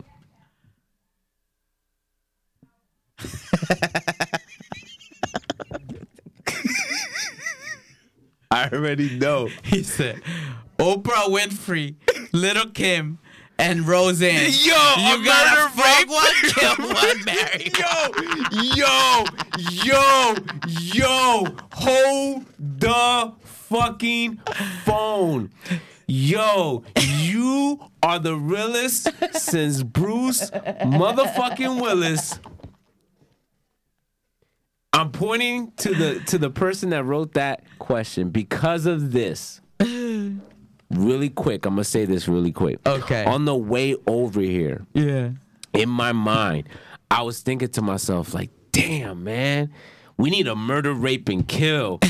C: I already know.
B: He said, Oprah Winfrey, Little Kim, and Roseanne.
C: Yo,
B: you
C: a
B: gotta
C: murder
B: fuck
C: rape-
B: one, kill one, marry one.
C: Yo, yo, yo, yo, hold the fucking phone. Yo, you are the realest since Bruce motherfucking Willis.
A: I'm pointing to the to the person that wrote that question because of this. Really quick, I'm gonna say this really quick.
B: Okay.
A: On the way over here,
B: Yeah.
A: in my mind, I was thinking to myself, like, damn, man, we need a murder, rape, and kill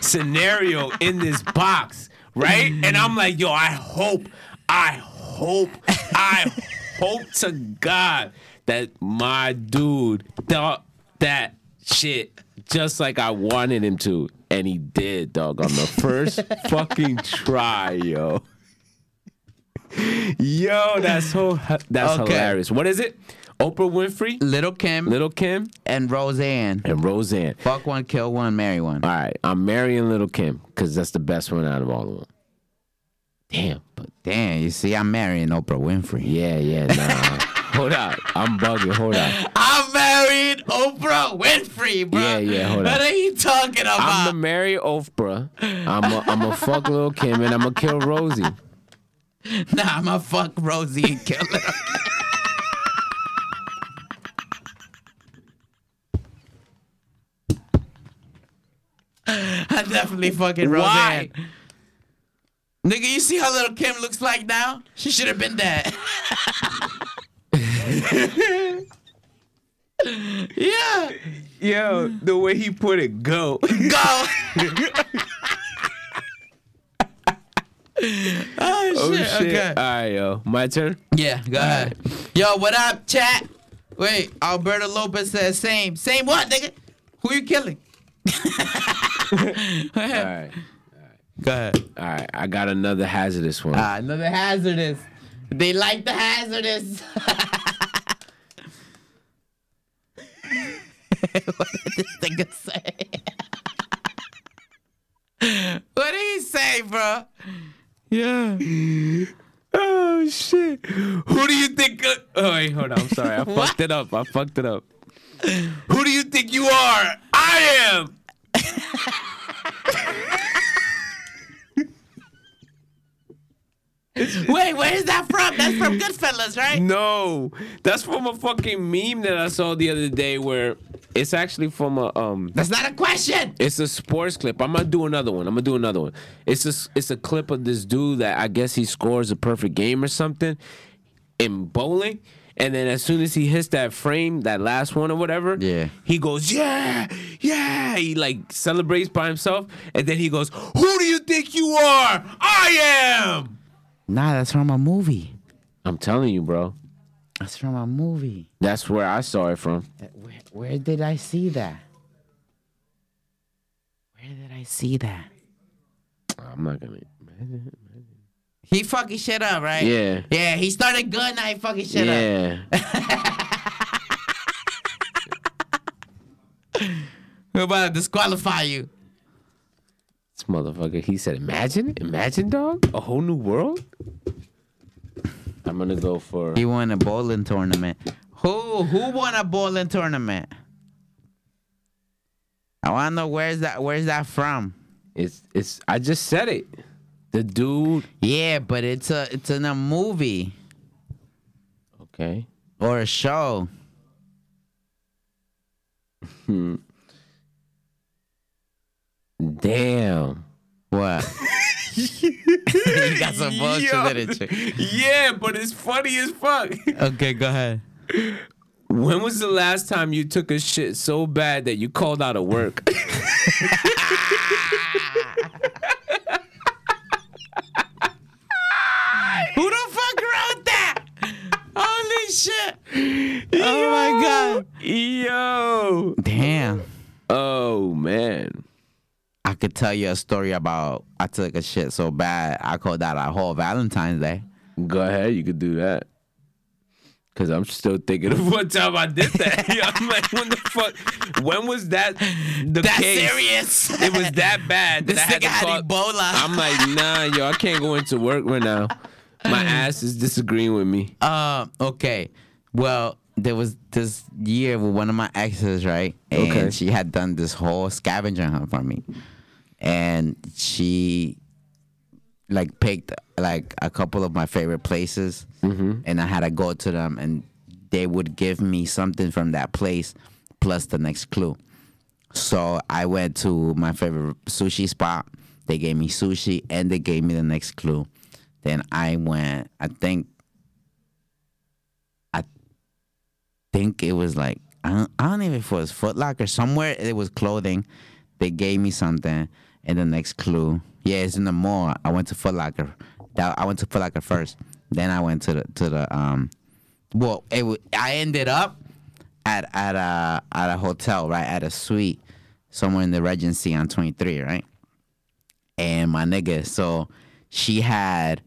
A: scenario in this box, right? And I'm like, yo, I hope, I hope, I hope to God that my dude thought that shit just like I wanted him to. And he did, dog, on the first fucking try, yo. Yo, that's so that's
B: Okay.
A: hilarious. What is it?
C: Oprah Winfrey,
B: Little Kim
C: Little Kim,
B: and Roseanne.
A: and Roseanne.
B: Fuck one, kill one, marry one.
A: All right, I'm marrying Little Kim because that's the best one out of all of them. Damn, but
B: Damn, you see, I'm marrying Oprah Winfrey.
A: yeah, yeah, nah. hold up, I'm bugging. Hold up,
B: I'm marrying Oprah Winfrey, bro.
A: Yeah, yeah, hold
B: What
A: on.
B: are you talking about?
A: I'm gonna marry Oprah. I'm a, I'm gonna fuck Little Kim and I'm gonna kill Rosie.
B: Nah, I'm gonna fuck Rosie and kill her. I definitely fucking
C: Why?
B: Roseanne. Nigga, you see how little Kim looks like now? She should have been dead. yeah.
C: Yo, the way he put it, go.
B: Go. oh, shit.
C: Oh shit!
B: Okay.
C: All right, yo, my turn.
B: Yeah, go ahead. Yo, what up, chat? Wait, Alberto Lopez says same. Same what, nigga? Who you killing? go
A: All
B: ahead.
A: right,
B: Go ahead.
A: all right, I got another hazardous one.
B: Ah, another hazardous. They like the hazardous. what did this nigga say? what did he say, bro? Yeah.
C: Oh shit! Who do you think? Uh, oh wait, hold on. I'm sorry. I
B: What?
C: fucked it up. I fucked it up. Who do you think you are? I am.
B: Wait, where is that from? That's from Goodfellas, right?
C: No, that's from a fucking meme that I saw the other day. Where it's actually from a um.
B: That's not a question.
A: It's a sports clip. I'm gonna do another one. I'm gonna do another one. It's a it's a clip of this dude that I guess he scores a perfect game or something in bowling, and then as soon as he hits that frame, that last one or whatever,
B: Yeah.
A: he goes yeah, yeah. He like celebrates by himself, and then he goes, "Who do you think you are? I am."
B: Nah, that's from a movie.
A: I'm telling you, bro.
B: That's from a movie.
A: That's where I saw it from.
B: That- Where, where did I see that? Where did I see that?
A: I'm not gonna.
B: He fucking shit up, right?
A: Yeah.
B: Yeah, he started good, now he fucking shit up.
A: Yeah.
B: We're about to disqualify you.
A: This motherfucker, he said, Imagine, imagine, dog, a whole new world. I'm gonna go for
B: He won a bowling tournament. Who who won a bowling tournament? I wanna know where's that where's that from?
A: it's it's I just said it. The dude
B: Yeah, but it's a it's in a movie
A: Okay.
B: or a show.
A: Damn.
B: What? you got some bullshit
C: Yo.
B: literature.
C: Yeah, but it's funny as fuck.
B: Okay, go ahead.
C: When was the last time you took a shit so bad that you called out of work?
B: Who the fuck wrote that? Holy shit. Oh my god.
C: Yo.
B: Damn.
A: Oh man.
B: I could tell you a story about I took a shit so bad I called out a whole Valentine's Day.
A: Go ahead, you could do that. Cause I'm still thinking of
C: One time I did that. Yeah, I'm like, when the fuck? When was that the
B: That's
C: case?
B: serious.
C: It was that bad that
B: this
C: I had
B: nigga
C: to
B: had
C: call.
B: Ebola.
A: I'm like, nah, yo, I can't go into work right now. My ass is disagreeing with me.
B: Um. Okay. Well, there was this year with one of my exes, right? And
A: Okay.
B: she had done this whole scavenger hunt for me, and she like picked like a couple of my favorite places, and I had to go to them, and they would give me something from that place plus the next clue. So I went to my favorite sushi spot. They gave me sushi and they gave me the next clue. Then I went. I think think it was like I don't, I don't even if it was Foot Locker somewhere. It was clothing. They gave me something, and the next clue, yeah, it's in the mall. I went to Foot Locker. That I went to Foot Locker first. Then I went to the to the um. Well, it wa- I ended up at at a at a hotel, right, at a suite somewhere in the Regency on 23, right. And my nigga, so she had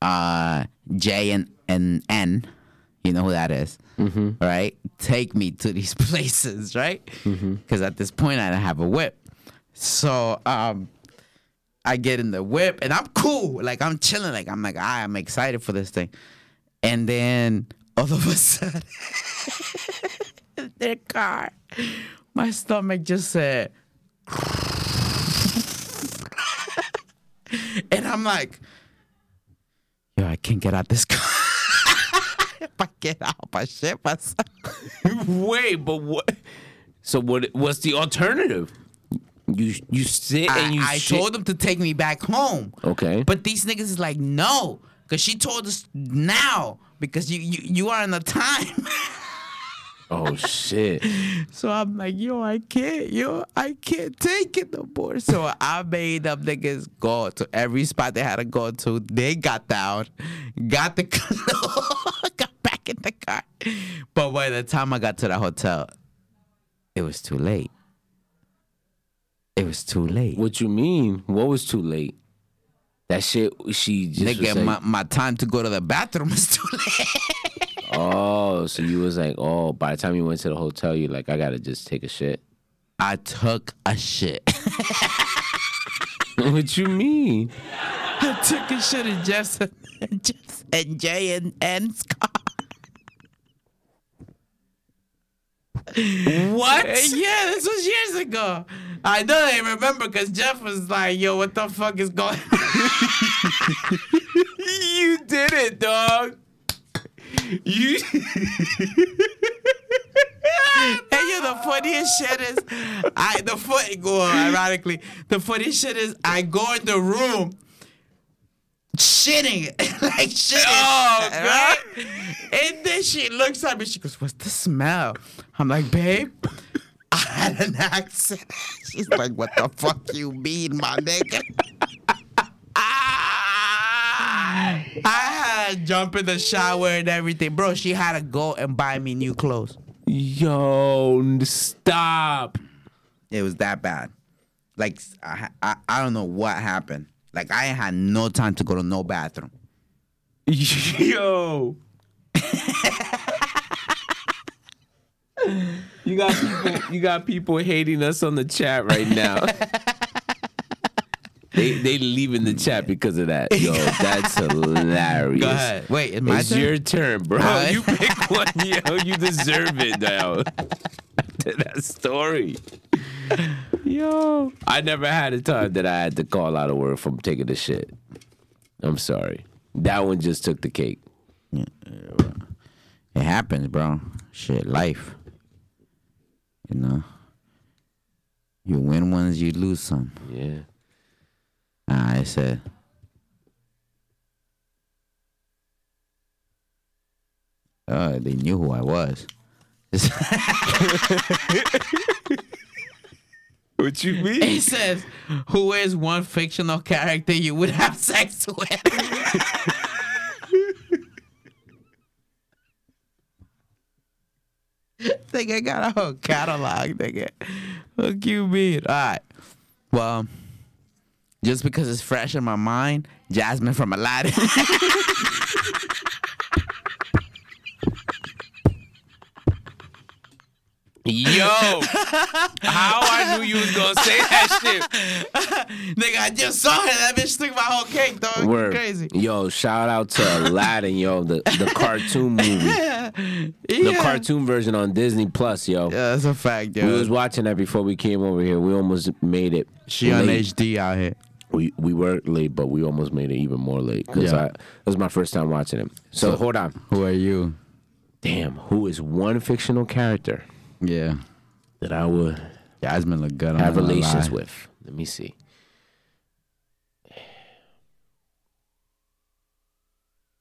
B: uh J and and N, You know who that is, right? Take me to these places, right? Because at this point, I didn't have a whip. So um, I get in the whip and I'm cool. Like I'm chilling. Like I'm like, ah, I'm excited for this thing. And then all of a sudden, in their car, my stomach just said, and I'm like, yo, I can't get out this car. if I get out, I shit myself.
C: Wait, but what? So what? What's the alternative?
A: You you sit
B: I,
A: and you
B: I
A: shit.
B: told them to take me back home.
A: Okay.
B: But these niggas is like, no, because she told us now because you you, you are in the time.
A: oh shit.
B: so I'm like, yo, I can't, yo, I can't take it no more. So I made up niggas go to every spot they had to go to. They got down, got the got back in the car. But by the time I got to the hotel, it was too late. It was too late.
A: What you mean? What was too late? That shit. She just was
B: Nigga,
A: like,
B: my, my time to go to the bathroom is too late.
A: oh, so you was like, oh, by the time you went to the hotel, you're like, I gotta just take a shit.
B: I took a shit.
A: what you mean?
B: I took a shit in Jeff's and, Jeff's and Jay and, and Scott.
C: What?
B: Uh, Yeah, this was years ago. I know I remember because Jeff was like, yo, what the fuck is going on?
C: You did it, dog. You
B: And yo, the funniest shit is, I the funny, well, ironically, the funniest shit is I go in the room shitting, like shitting.
C: Oh,
B: right? And then she looks at me, she goes, what's the smell? I'm like, babe, I had an accident. She's like, what the fuck you mean, my nigga? I had to jump in the shower and everything. Bro, she had to go and buy me new clothes.
C: yo n- stop.
B: It was that bad. Like I, I, I don't know what happened. Like I had no time to go to no bathroom.
C: Yo. you got people you got people hating us on the chat right now. they they leaving the chat because of that. Yo, that's hilarious.
B: Go ahead. Wait, it's my
C: It's
B: turn?
C: your turn, bro.
B: Alright.
C: You pick one, yo. You deserve it now. After that story. Yo. I never had a time that I had to call out of work from taking the shit. I'm sorry. That one just took the cake.
B: It happens, bro. Shit, life. You know. You win ones, you lose some.
A: Yeah.
B: I said. Uh, they knew who I was.
C: What you mean?
B: He says, "Who is one fictional character you would have sex with?" think I got a whole catalog, nigga. What you mean? All right. Well, just because it's fresh in my mind, Jasmine from Aladdin.
C: Yo. How I knew you was gonna say that shit.
B: nigga, I just saw her. That bitch took my whole cake, dog. You
A: Word.
B: Crazy.
A: Yo, shout out to Aladdin, yo, the, the cartoon movie. The
B: Yeah.
A: cartoon version on Disney Plus, yo.
B: Yeah, that's a fact,
A: We
B: dude.
A: was watching that before we came over here. We almost made it.
B: She on
A: late.
B: HD out here.
A: We we were late, but we almost made it even more late because
B: Yeah.
A: I it was my first time watching him. So, hold on.
B: Who are you?
A: Damn, who is one fictional character
B: Yeah.
A: that I would
B: Jasmine look good. I'm
A: have
B: not gonna
A: relations
B: lie.
A: with? Let me see.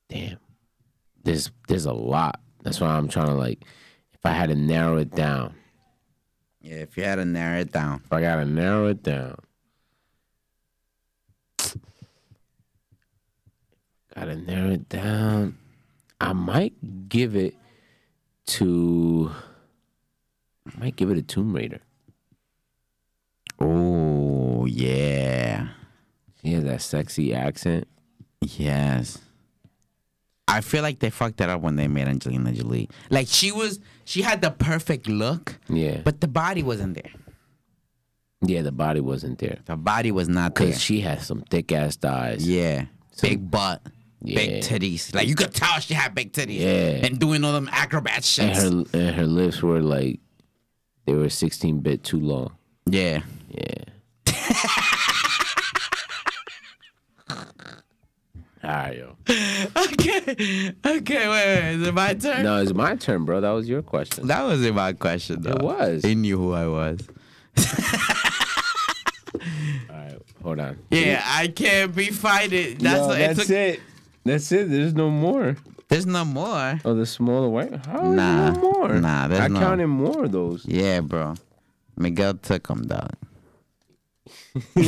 A: Damn, there's there's a lot. That's why I'm trying to like, if I had to narrow it down.
B: Yeah, if you had to narrow it down.
A: If I gotta narrow it down. Gotta narrow it down. I might give it to I might give it a Tomb Raider.
B: Oh yeah.
A: She has that sexy accent.
B: Yes. I feel like they fucked that up when they made Angelina Jolie. Like she was, she had the perfect look,
A: Yeah.
B: but the body wasn't there.
A: yeah, the body wasn't there.
B: The body was not
A: Cause
B: there.
A: she has some thick ass thighs.
B: yeah, big butt,
A: Yeah.
B: big titties. Like you could tell she had big titties.
A: Yeah.
B: and doing all them acrobat shits.
A: And her and her lips were like they were sixteen bit too long.
B: yeah,
A: Yeah. All right, yo.
B: okay, okay, wait, wait. Is it my turn?
A: No, it's my turn, bro. That was your question.
B: That wasn't my question, though.
A: It was.
B: He knew who I was.
A: All right, hold on.
B: Yeah, I can't be fighting. That's,
A: Yo,
B: what it took-
A: it. That's it. There's no more.
B: There's no more.
A: Oh, the smaller white. How is
B: Nah.
A: no more?
B: Nah, there's
A: I
B: no-
A: counted more of those.
B: Yeah, bro. Miguel took him, dog.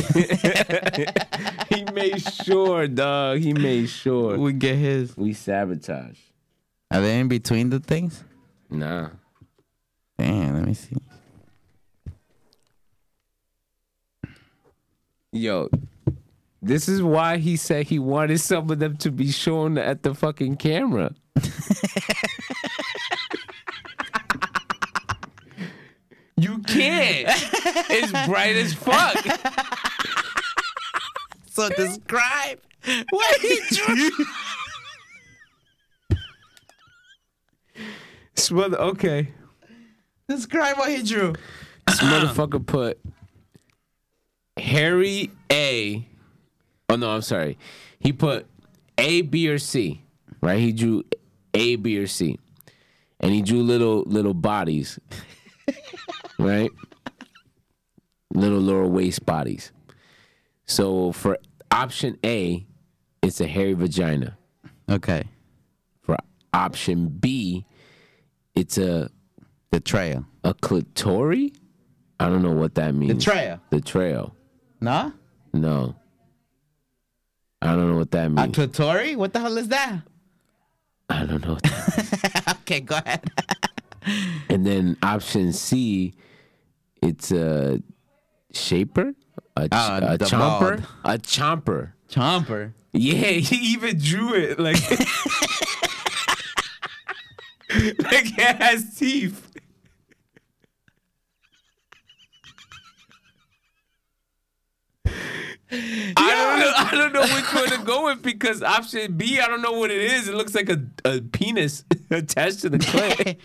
A: he made sure, dog. He made sure.
B: We get his.
A: We sabotage.
B: Are they in between the things?
A: Nah.
B: Damn, let me see.
A: Yo, this is why he said he wanted some of them to be shown at the fucking camera. you can't. It's bright as fuck.
B: So describe what he drew.
A: This mother- okay.
B: describe what he drew.
A: This motherfucker put Harry A. Oh no, I'm sorry. He put A, B, or C. Right? He drew A, B, or C, and he drew little little bodies. right? Little lower waist bodies. So for option A, it's a hairy vagina.
B: Okay,
A: For option B, it's a
B: the trail.
A: a clitory. I don't know what that means.
B: trail.
A: The trail.
B: No?
A: No. I don't know what that
B: A
A: means.
B: clitoris? What the hell is that?
A: I don't know. what that-
B: Okay, go ahead.
A: and then option C, it's a shaper, a, ch-
B: Ah,
A: a
B: the
A: chomper,
B: bald.
A: a chomper.
B: Chomper.
A: Yeah, he even drew it like like it has teeth. I don't know. I don't know which one to go with because option B. I don't know what it is. It looks like a, a penis attached to the clit.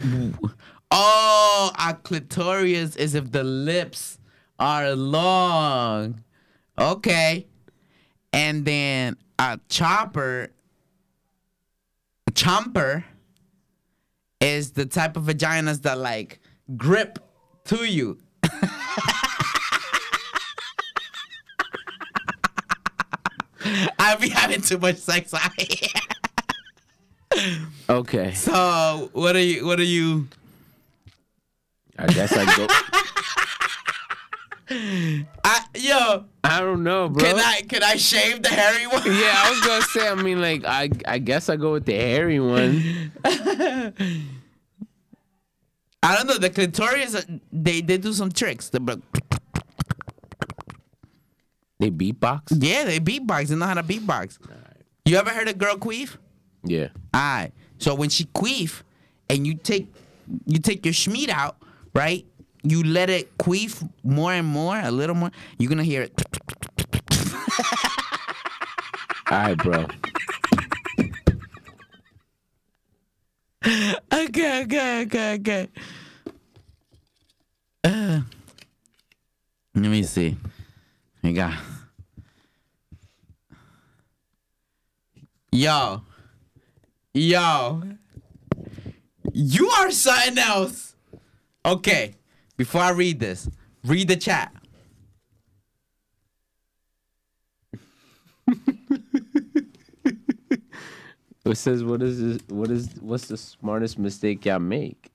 B: Oh, a clitoris is if the lips are long. Okay. And then a chopper, a chomper is the type of vaginas that like grip to you. I be having too much sex.
A: Okay,
B: so what are you? What are you?
A: I guess I go.
B: I yo.
A: I don't know, bro.
B: Can I can I shave the hairy one?
A: Yeah, I was gonna say. I mean, like, I I guess I go with the hairy one.
B: I don't know. The clitoris, uh, they they do some tricks. The, but
A: They beatbox.
B: yeah, they beatbox. They know how to beatbox. You ever heard a girl queef?
A: Yeah.
B: Aye. So when she queef, and you take you take your schmeat out, right? You let it queef more and more, a little more. You're gonna hear it.
A: All right, bro.
B: Okay, okay, okay, okay. Uh, let me see. We got. Yo, yo, you are something else. Okay, before I read this, read the chat.
A: It says, "What is this? What is what's the smartest mistake y'all make?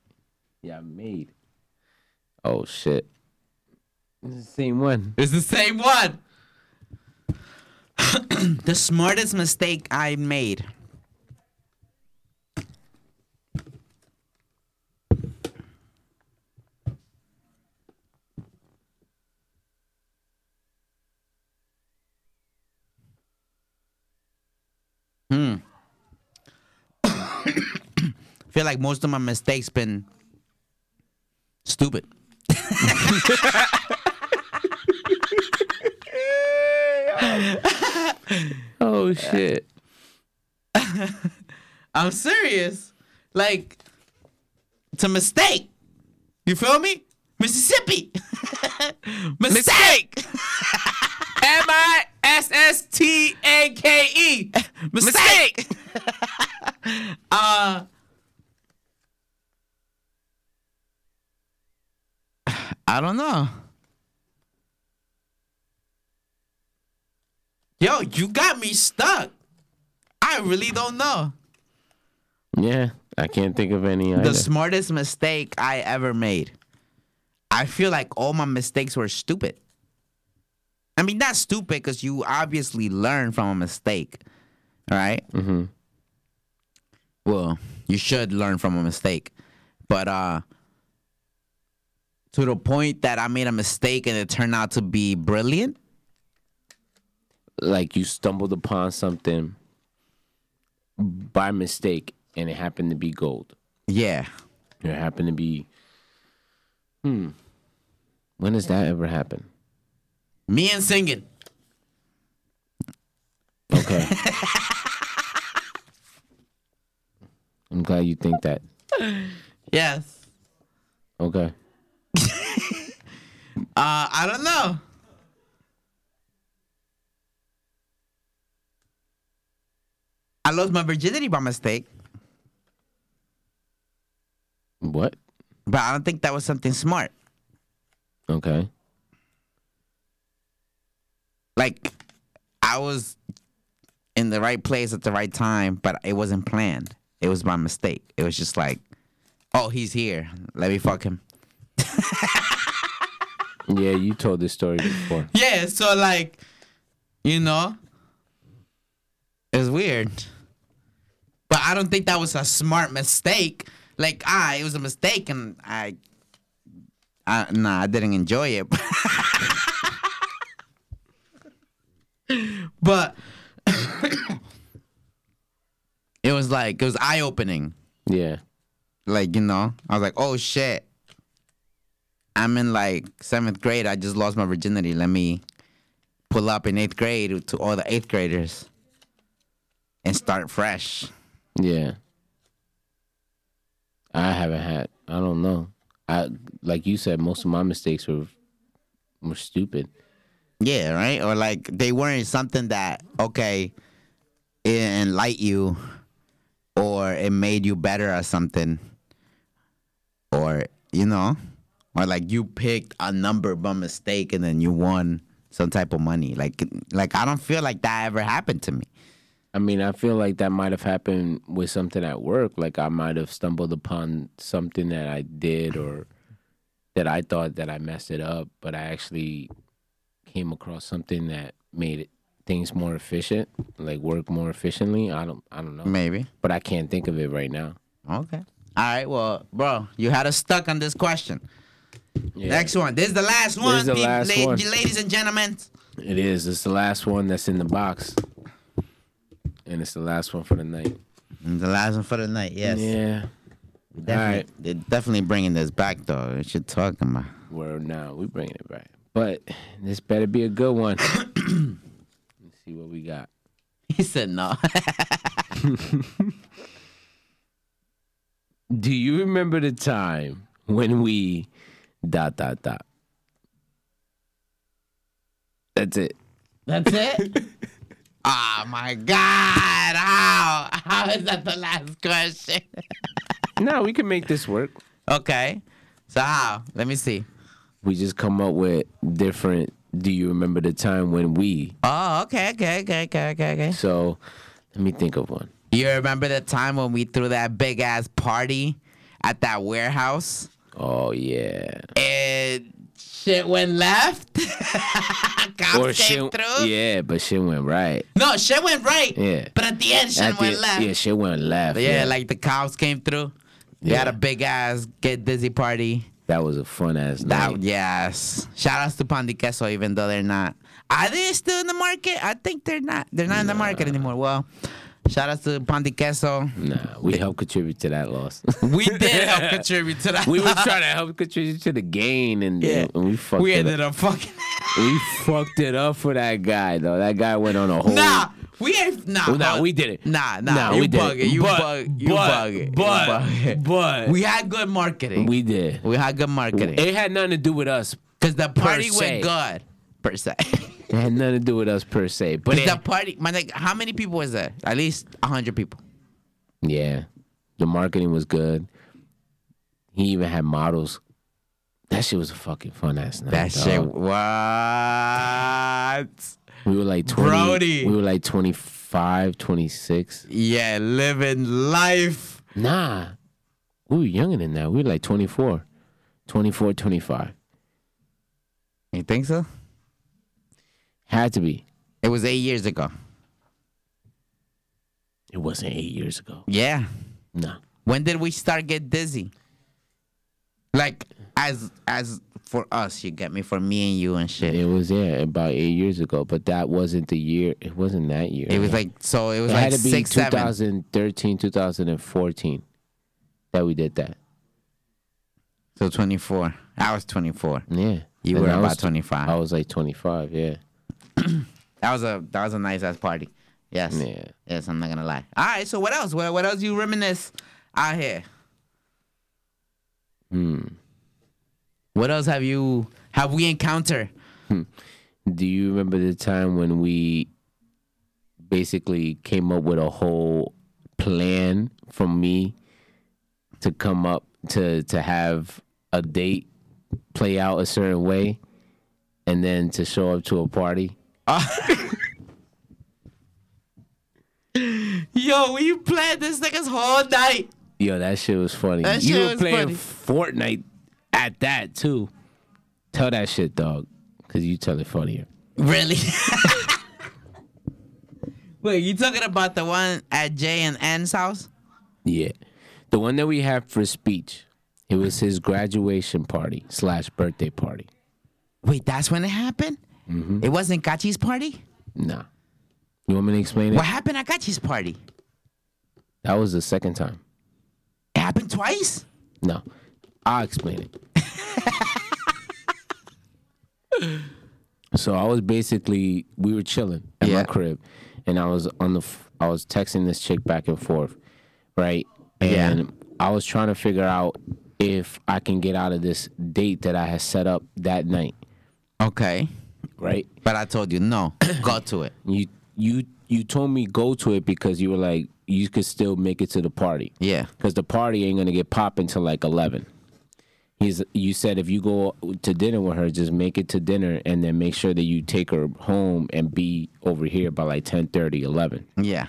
A: Y'all made? Oh shit! It's the same one.
B: It's the same one. the smartest mistake I made. Hmm. feel like most of my mistakes been stupid.
A: Oh shit.
B: I'm serious. Like, it's a mistake. You feel me? Mississippi. mistake.
C: M I S S T A K E.
B: Mistake. uh, I don't know. Yo, you got me stuck. I really don't know.
A: Yeah, I can't think of any
B: the
A: either.
B: smartest mistake I ever made. I feel like all my mistakes were stupid. I mean, not stupid because you obviously learn from a mistake, right? Mm-hmm. Well, you should learn from a mistake, but uh, to the point that I made a mistake and it turned out to be brilliant.
A: like you stumbled upon something by mistake and it happened to be gold.
B: Yeah,
A: It happened to be Hmm. When does that ever happen?
B: me and singing.
A: Okay. I'm glad you think that.
B: Yes.
A: Okay.
B: Uh, I don't know. I lost my virginity by mistake,
A: What?
B: but I don't think that was something smart.
A: Okay.
B: Like, I was in the right place at the right time, but it wasn't planned. It was my mistake. It was just like, oh, he's here. Let me fuck him.
A: Yeah, you told this story before.
B: Yeah, so like, you know, it's weird. But I don't think that was a smart mistake. Like, ah, it was a mistake, and I, I nah, I didn't enjoy it. but it was like it was eye opening.
A: Yeah.
B: Like you know, I was like, oh shit. I'm in like seventh grade. I just lost my virginity. Let me pull up in eighth grade to all the eighth graders and start fresh.
A: Yeah. I haven't had. I don't know. I like you said, most of my mistakes were were stupid.
B: Yeah, right? Or like they weren't something that, okay, it enlightened you or it made you better at something. Or, you know, or like you picked a number by mistake and then you won some type of money. Like like I don't feel like that ever happened to me.
A: I mean, I feel like that might have happened with something at work. Like I might have stumbled upon something that I did or that I thought that I messed it up, but I actually came across something that made it, things more efficient, like work more efficiently. I don't I don't know.
B: Maybe.
A: But I can't think of it right now.
B: Okay. All right, well, bro, you had us stuck on this question.
A: Yeah.
B: Next one. This is the last one,
A: the
B: peop-
A: last
B: la-
A: one.
B: ladies and gentlemen.
A: It is. It's the last one that's in the box. And it's the last one for the night.
B: And the last one for the night, yes.
A: Yeah.
B: Definitely,
A: Alright.
B: They're definitely bringing this back, though. What you talking about?
A: We're now we bringing it back. But this better be a good one. Let's see what we got.
B: He said no.
A: Do you remember the time when we dot dot dot? That's it.
B: That's it? oh, my God. How? How is that the last question?
A: No, we can make this work.
B: okay. So, how? Let me see.
A: We just come up with different do you remember the time when we
B: Oh, okay, okay, okay, okay, okay, okay.
A: so let me think of one.
B: You remember the time when we threw that big ass party at that warehouse?
A: Oh yeah.
B: And shit went left? Cops came through?
A: Yeah, but shit went right.
B: No, shit went right.
A: Yeah.
B: But at the end, shit
A: At the- e-
B: went left.
A: Yeah, shit went left.
B: Yeah, like the cops came through. We had a
A: Yeah.
B: big ass get dizzy party.
A: that was a fun ass
B: That
A: night.
B: yes. Shout outs to Pan de Queso, even though they're not. Are they still in the market? I think they're not. They're not in the market anymore. Well, Shout outs to Ponte Queso.
A: Nah, we helped contribute to that loss.
B: We did help contribute to that.
A: we were trying to help contribute to the gain, and,
B: Yeah.
A: and we fucked
B: We
A: it
B: ended
A: up.
B: up fucking.
A: We fucked it up for that guy though. That guy went on a whole.
B: Nah, we ain't. Nah,
A: Well, Oh. nah,
B: but-
A: we did it.
B: Nah, nah,
A: Nah,
B: you
A: we did
B: bug
A: it.
B: it. You
A: But-
B: bug. You
A: but-
B: bug it. You
A: but-
B: bug it.
A: but-
B: we had good marketing. We,
A: We did.
B: had good marketing
A: It had nothing to do with us.
B: because the party
A: se.
B: went good per se.
A: It had nothing to do with us per se. But it,
B: the party, man, like, how many people was there? At least hundred people.
A: yeah, the marketing was good. He even had models. That shit was a fucking fun ass night.
B: That shit.
A: dog.
B: What?
A: We were like 20.
B: Brody.
A: We were like 25, 26.
B: Yeah, living life.
A: Nah. We were younger than that. We were like 24. 24, 25.
B: You think so?
A: Had to be.
B: It was eight years ago.
A: It wasn't eight years ago.
B: Yeah.
A: Nah.
B: When did we start get dizzy? Like as as for us, you get me for me and you and shit.
A: It was, yeah, about eight years ago. But that wasn't the year. It wasn't that year.
B: It was like so. It was
A: it
B: like
A: had to be
B: six, seven.
A: 2013, 2014 that we did that.
B: So twenty four. I was twenty four.
A: Yeah.
B: You
A: And
B: were
A: I
B: about
A: was- oh.
B: twenty
A: I
B: five.
A: was like 25, yeah.
B: That was a that was a nice ass party. Yes.
A: Yeah.
B: Yes, I'm not gonna lie. All right. So what else? What what else you reminisce out here?
A: Hmm.
B: What else have you have we encountered?
A: Do you remember the time when we basically came up with a whole plan from me to come up to to have a date play out a certain way and then to show up to a party?
B: Yo, we planned this nigga's whole night.
A: Yo, that shit was funny.
B: That
A: you
B: shit
A: were
B: was
A: playing Fortnite at that too. Tell that shit, dog, cuz you tell it funnier.
B: Really? Wait, you talking about the one at J and N's house?
A: Yeah. The one that we had for speech. It was his graduation party slash birthday party.
B: Wait, that's when it happened. It wasn't Gachi's party.
A: Nah. You want me to explain it?
B: What happened at Gachi's party?
A: That was the second time.
B: It happened twice.
A: No. I'll explain it. so I was basically we were chilling at my
B: Yeah.
A: crib and I was on the f- I was texting this chick back and forth, right?
B: Yeah.
A: And I was trying to figure out if I can get out of this date that I had set up that night,
B: Okay,
A: right?
B: but I told you no. Go to it.
A: You you you told me go to it because you were like you could still make it to the party.
B: Yeah.
A: because the party ain't gonna get popping till like eleven. He's you said if you go to dinner with her, just make it to dinner and then make sure that you take her home and be over here by like 10, 11.
B: Yeah.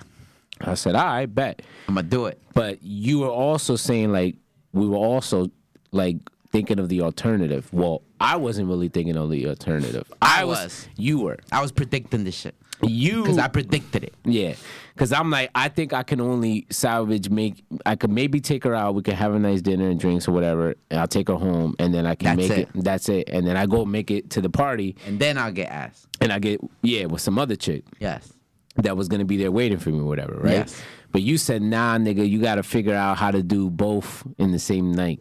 A: I said, all right, bet.
B: I'm gonna do it.
A: But you were also saying like we were also like thinking of the alternative. Well, I wasn't really thinking of the alternative.
B: I was.
A: You were.
B: I was predicting this shit
A: You.
B: because I predicted it.
A: Yeah, because I'm like, I think I can only salvage, make, I could maybe take her out. We could have a nice dinner and drinks or whatever. And I'll take her home and then I can
B: That's
A: make
B: it.
A: it. That's it. And then I go make it to the party
B: And then I'll get asked.
A: and I get, yeah, with some other chick
B: Yes.
A: that was going to be there waiting for me or whatever, right?
B: Yes.
A: But you said, nah, nigga, you got to figure out how to do both in the same night.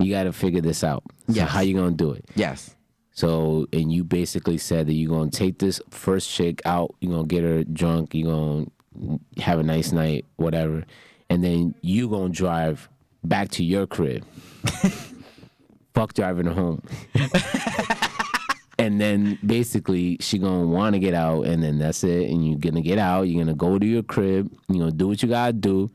A: You got to figure this out. So
B: Yes.
A: how you going to do it?
B: Yes.
A: So, and you basically said that you're gonna take this first chick out, you're gonna get her drunk, you're gonna have a nice night, whatever, and then you gonna drive back to your crib. Fuck driving her home. and then basically she gonna wanna get out, and then that's it. And you're gonna get out, you're gonna go to your crib, you're gonna do what you gotta do,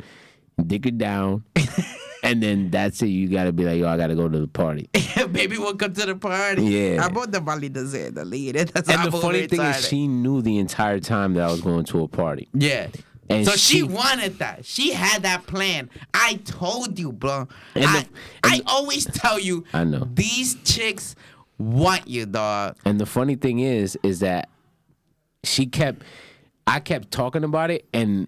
A: dick it down, and then that's it. You gotta be like, yo, I gotta go to the party.
B: Baby, welcome to the party.
A: Yeah.
B: I bought the Bali dessert, the lead. That's
A: And
B: how
A: the
B: I'm
A: funny thing is,
B: excited.
A: she knew the entire time that I was going to a party.
B: Yeah.
A: And
B: so she,
A: she-
B: wanted that. She had that plan. I told you, bro.
A: And
B: I,
A: the-
B: I always tell you.
A: I know.
B: These chicks want you, dog.
A: And the funny thing is, is that she kept, I kept talking about it, and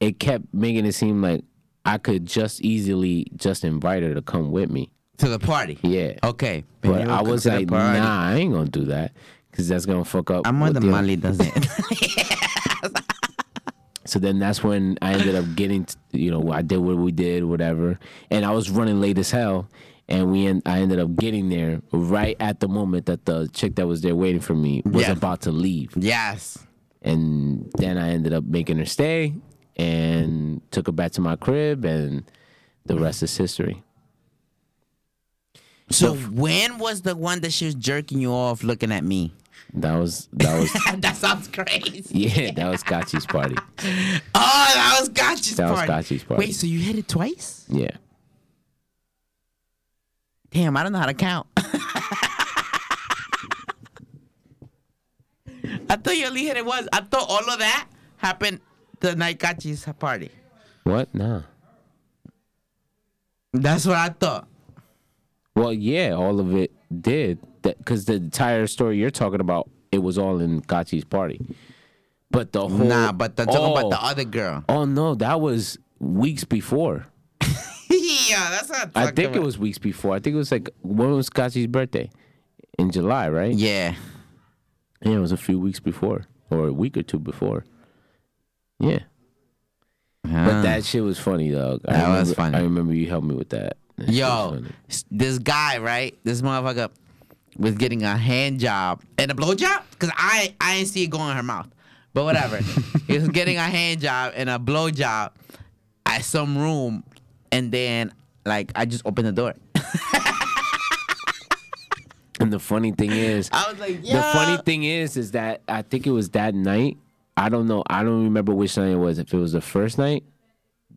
A: it kept making it seem like I could just easily just invite her to come with me.
B: To the party.
A: Yeah.
B: Okay.
A: But I was like, nah, I ain't gonna do that because that's gonna fuck up.
B: I'm on
A: with
B: the Mali doesn't.
A: So then that's when I ended up getting, t- you know, I did what we did, whatever. And I was running late as hell. And we en- I ended up getting there right at the moment that the chick that was there waiting for me was
B: Yeah.
A: about to leave.
B: Yes.
A: And then I ended up making her stay and took her back to my crib. And the rest is history.
B: So when was the one that she was jerking you off looking at me?
A: That was, that was,
B: that sounds crazy.
A: yeah, that was Kachi's party.
B: Oh, that was Gotcha's
A: That was
B: party.
A: Gotcha's party.
B: Wait, so you hit it twice?
A: Yeah.
B: Damn, I don't know how to count. I thought you only hit it once. I thought all of that happened the night Gotcha's party.
A: What? Nah.
B: That's what I thought.
A: Well, yeah, all of it did. Because the entire story you're talking about, it was all in Kachi's party. But the whole.
B: Nah, but the, talking
A: oh,
B: about the other girl.
A: Oh, no, that was weeks before.
B: yeah, that's what I'm
A: I
B: talking
A: think it
B: about.
A: was weeks before. I think it was like, when was Kachi's birthday? In July, right?
B: Yeah.
A: Yeah, it was a few weeks before, or a week or two before. Yeah. But that shit was funny, dog. I
B: Mm. That was
A: remember-
B: funny.
A: I remember you helped me with that. That shit was
B: Yo,
A: funny.
B: s- this guy, right? This motherfucker was getting a hand job and a blow job. Cause I I didn't see it going in her mouth. But whatever. he was getting a hand job and a blow job at some room. And then like I just opened the door.
A: And the funny thing is,
B: I was like, yeah.
A: The funny thing is, is that I think it was that night. I don't know. I don't remember which night it was. If it was the first night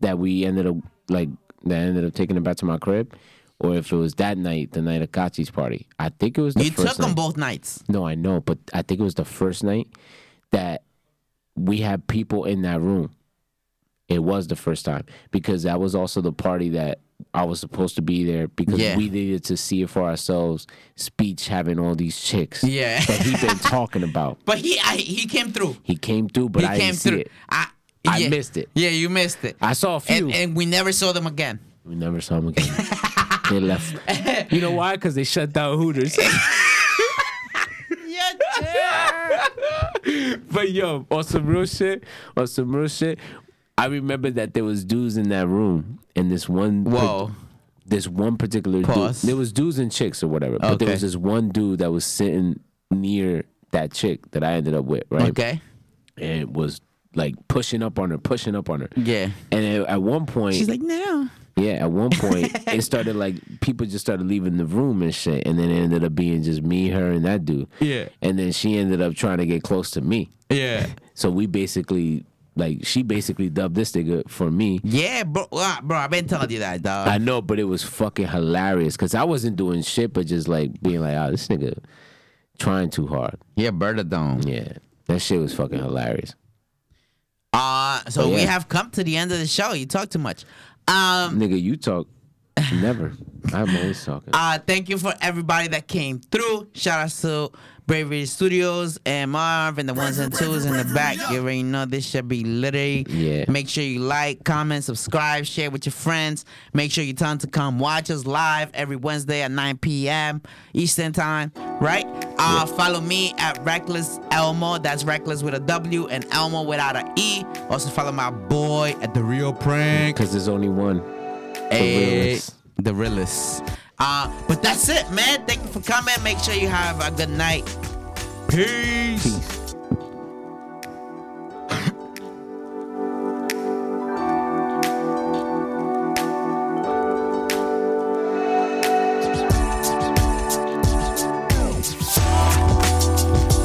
A: that we ended up like that ended up taking it back to my crib, or if it was that night, the night of Kachi's party. I think it was the
B: You
A: first
B: took them
A: night.
B: both nights.
A: No, I know, but I think it was the first night that we had people in that room. It was the first time because that was also the party that I was supposed to be there because
B: Yeah.
A: we needed to see it for ourselves. Speech having all these chicks
B: Yeah.
A: that he been talking about.
B: But he I, he came through.
A: He came through, but
B: He
A: I
B: came
A: didn't see
B: through.
A: it.
B: I
A: I
B: yeah.
A: missed it.
B: Yeah, you missed it.
A: I saw a few.
B: And, and we never saw them again.
A: we never saw him again. they left. You know why? Because they shut down Hooters.
B: Yeah,
A: but yo, on some real shit, on some real shit, I remember that there was dudes in that room, and this one, par-
B: Whoa.
A: this one particular
B: Pause.
A: dude. There was dudes and chicks or whatever, but there
B: Okay.
A: was this one dude that was sitting near that chick that I ended up with, right?
B: Okay.
A: And was like pushing up on her, pushing up on her.
B: Yeah.
A: And at- at one point,
B: She's like, no.
A: yeah, at one point it started like people just started leaving the room and shit, and then it ended up being just me, her, and that dude.
B: Yeah.
A: And then she ended up trying to get close to me,
B: Yeah.
A: so we basically like she basically dubbed this nigga for me.
B: Yeah, bro, uh, bro, I've been telling you that, dog.
A: I know, but it was fucking hilarious because I wasn't doing shit, but just like being like, oh, this nigga trying too hard.
B: yeah, Birdadome.
A: Yeah, that shit was fucking hilarious.
B: Uh, so
A: Oh,
B: we
A: yeah.
B: have come to the end of the show. You talk too much. Um,
A: Nigga, you talk never. I'm always talking.
B: uh, thank you for everybody that came through. Shout out to Bravery Studios and Marv and the ones and twos in the back. You already know this should be literally.
A: Yeah.
B: Make sure you like, comment, subscribe, share with your friends. Make sure you tell them to come watch us live every Wednesday at 9 p.m. Eastern time, right? Uh, Follow me at Reckless Elmo. That's Reckless with a W and Elmo without a E. Also follow my boy at The Real Prank.
A: Because there's only one.
B: Ayy,
A: realest.
B: Eh, The realest. Uh, but that's it, man. Thank you for coming. Make sure you have a good night. Peace.
A: Peace.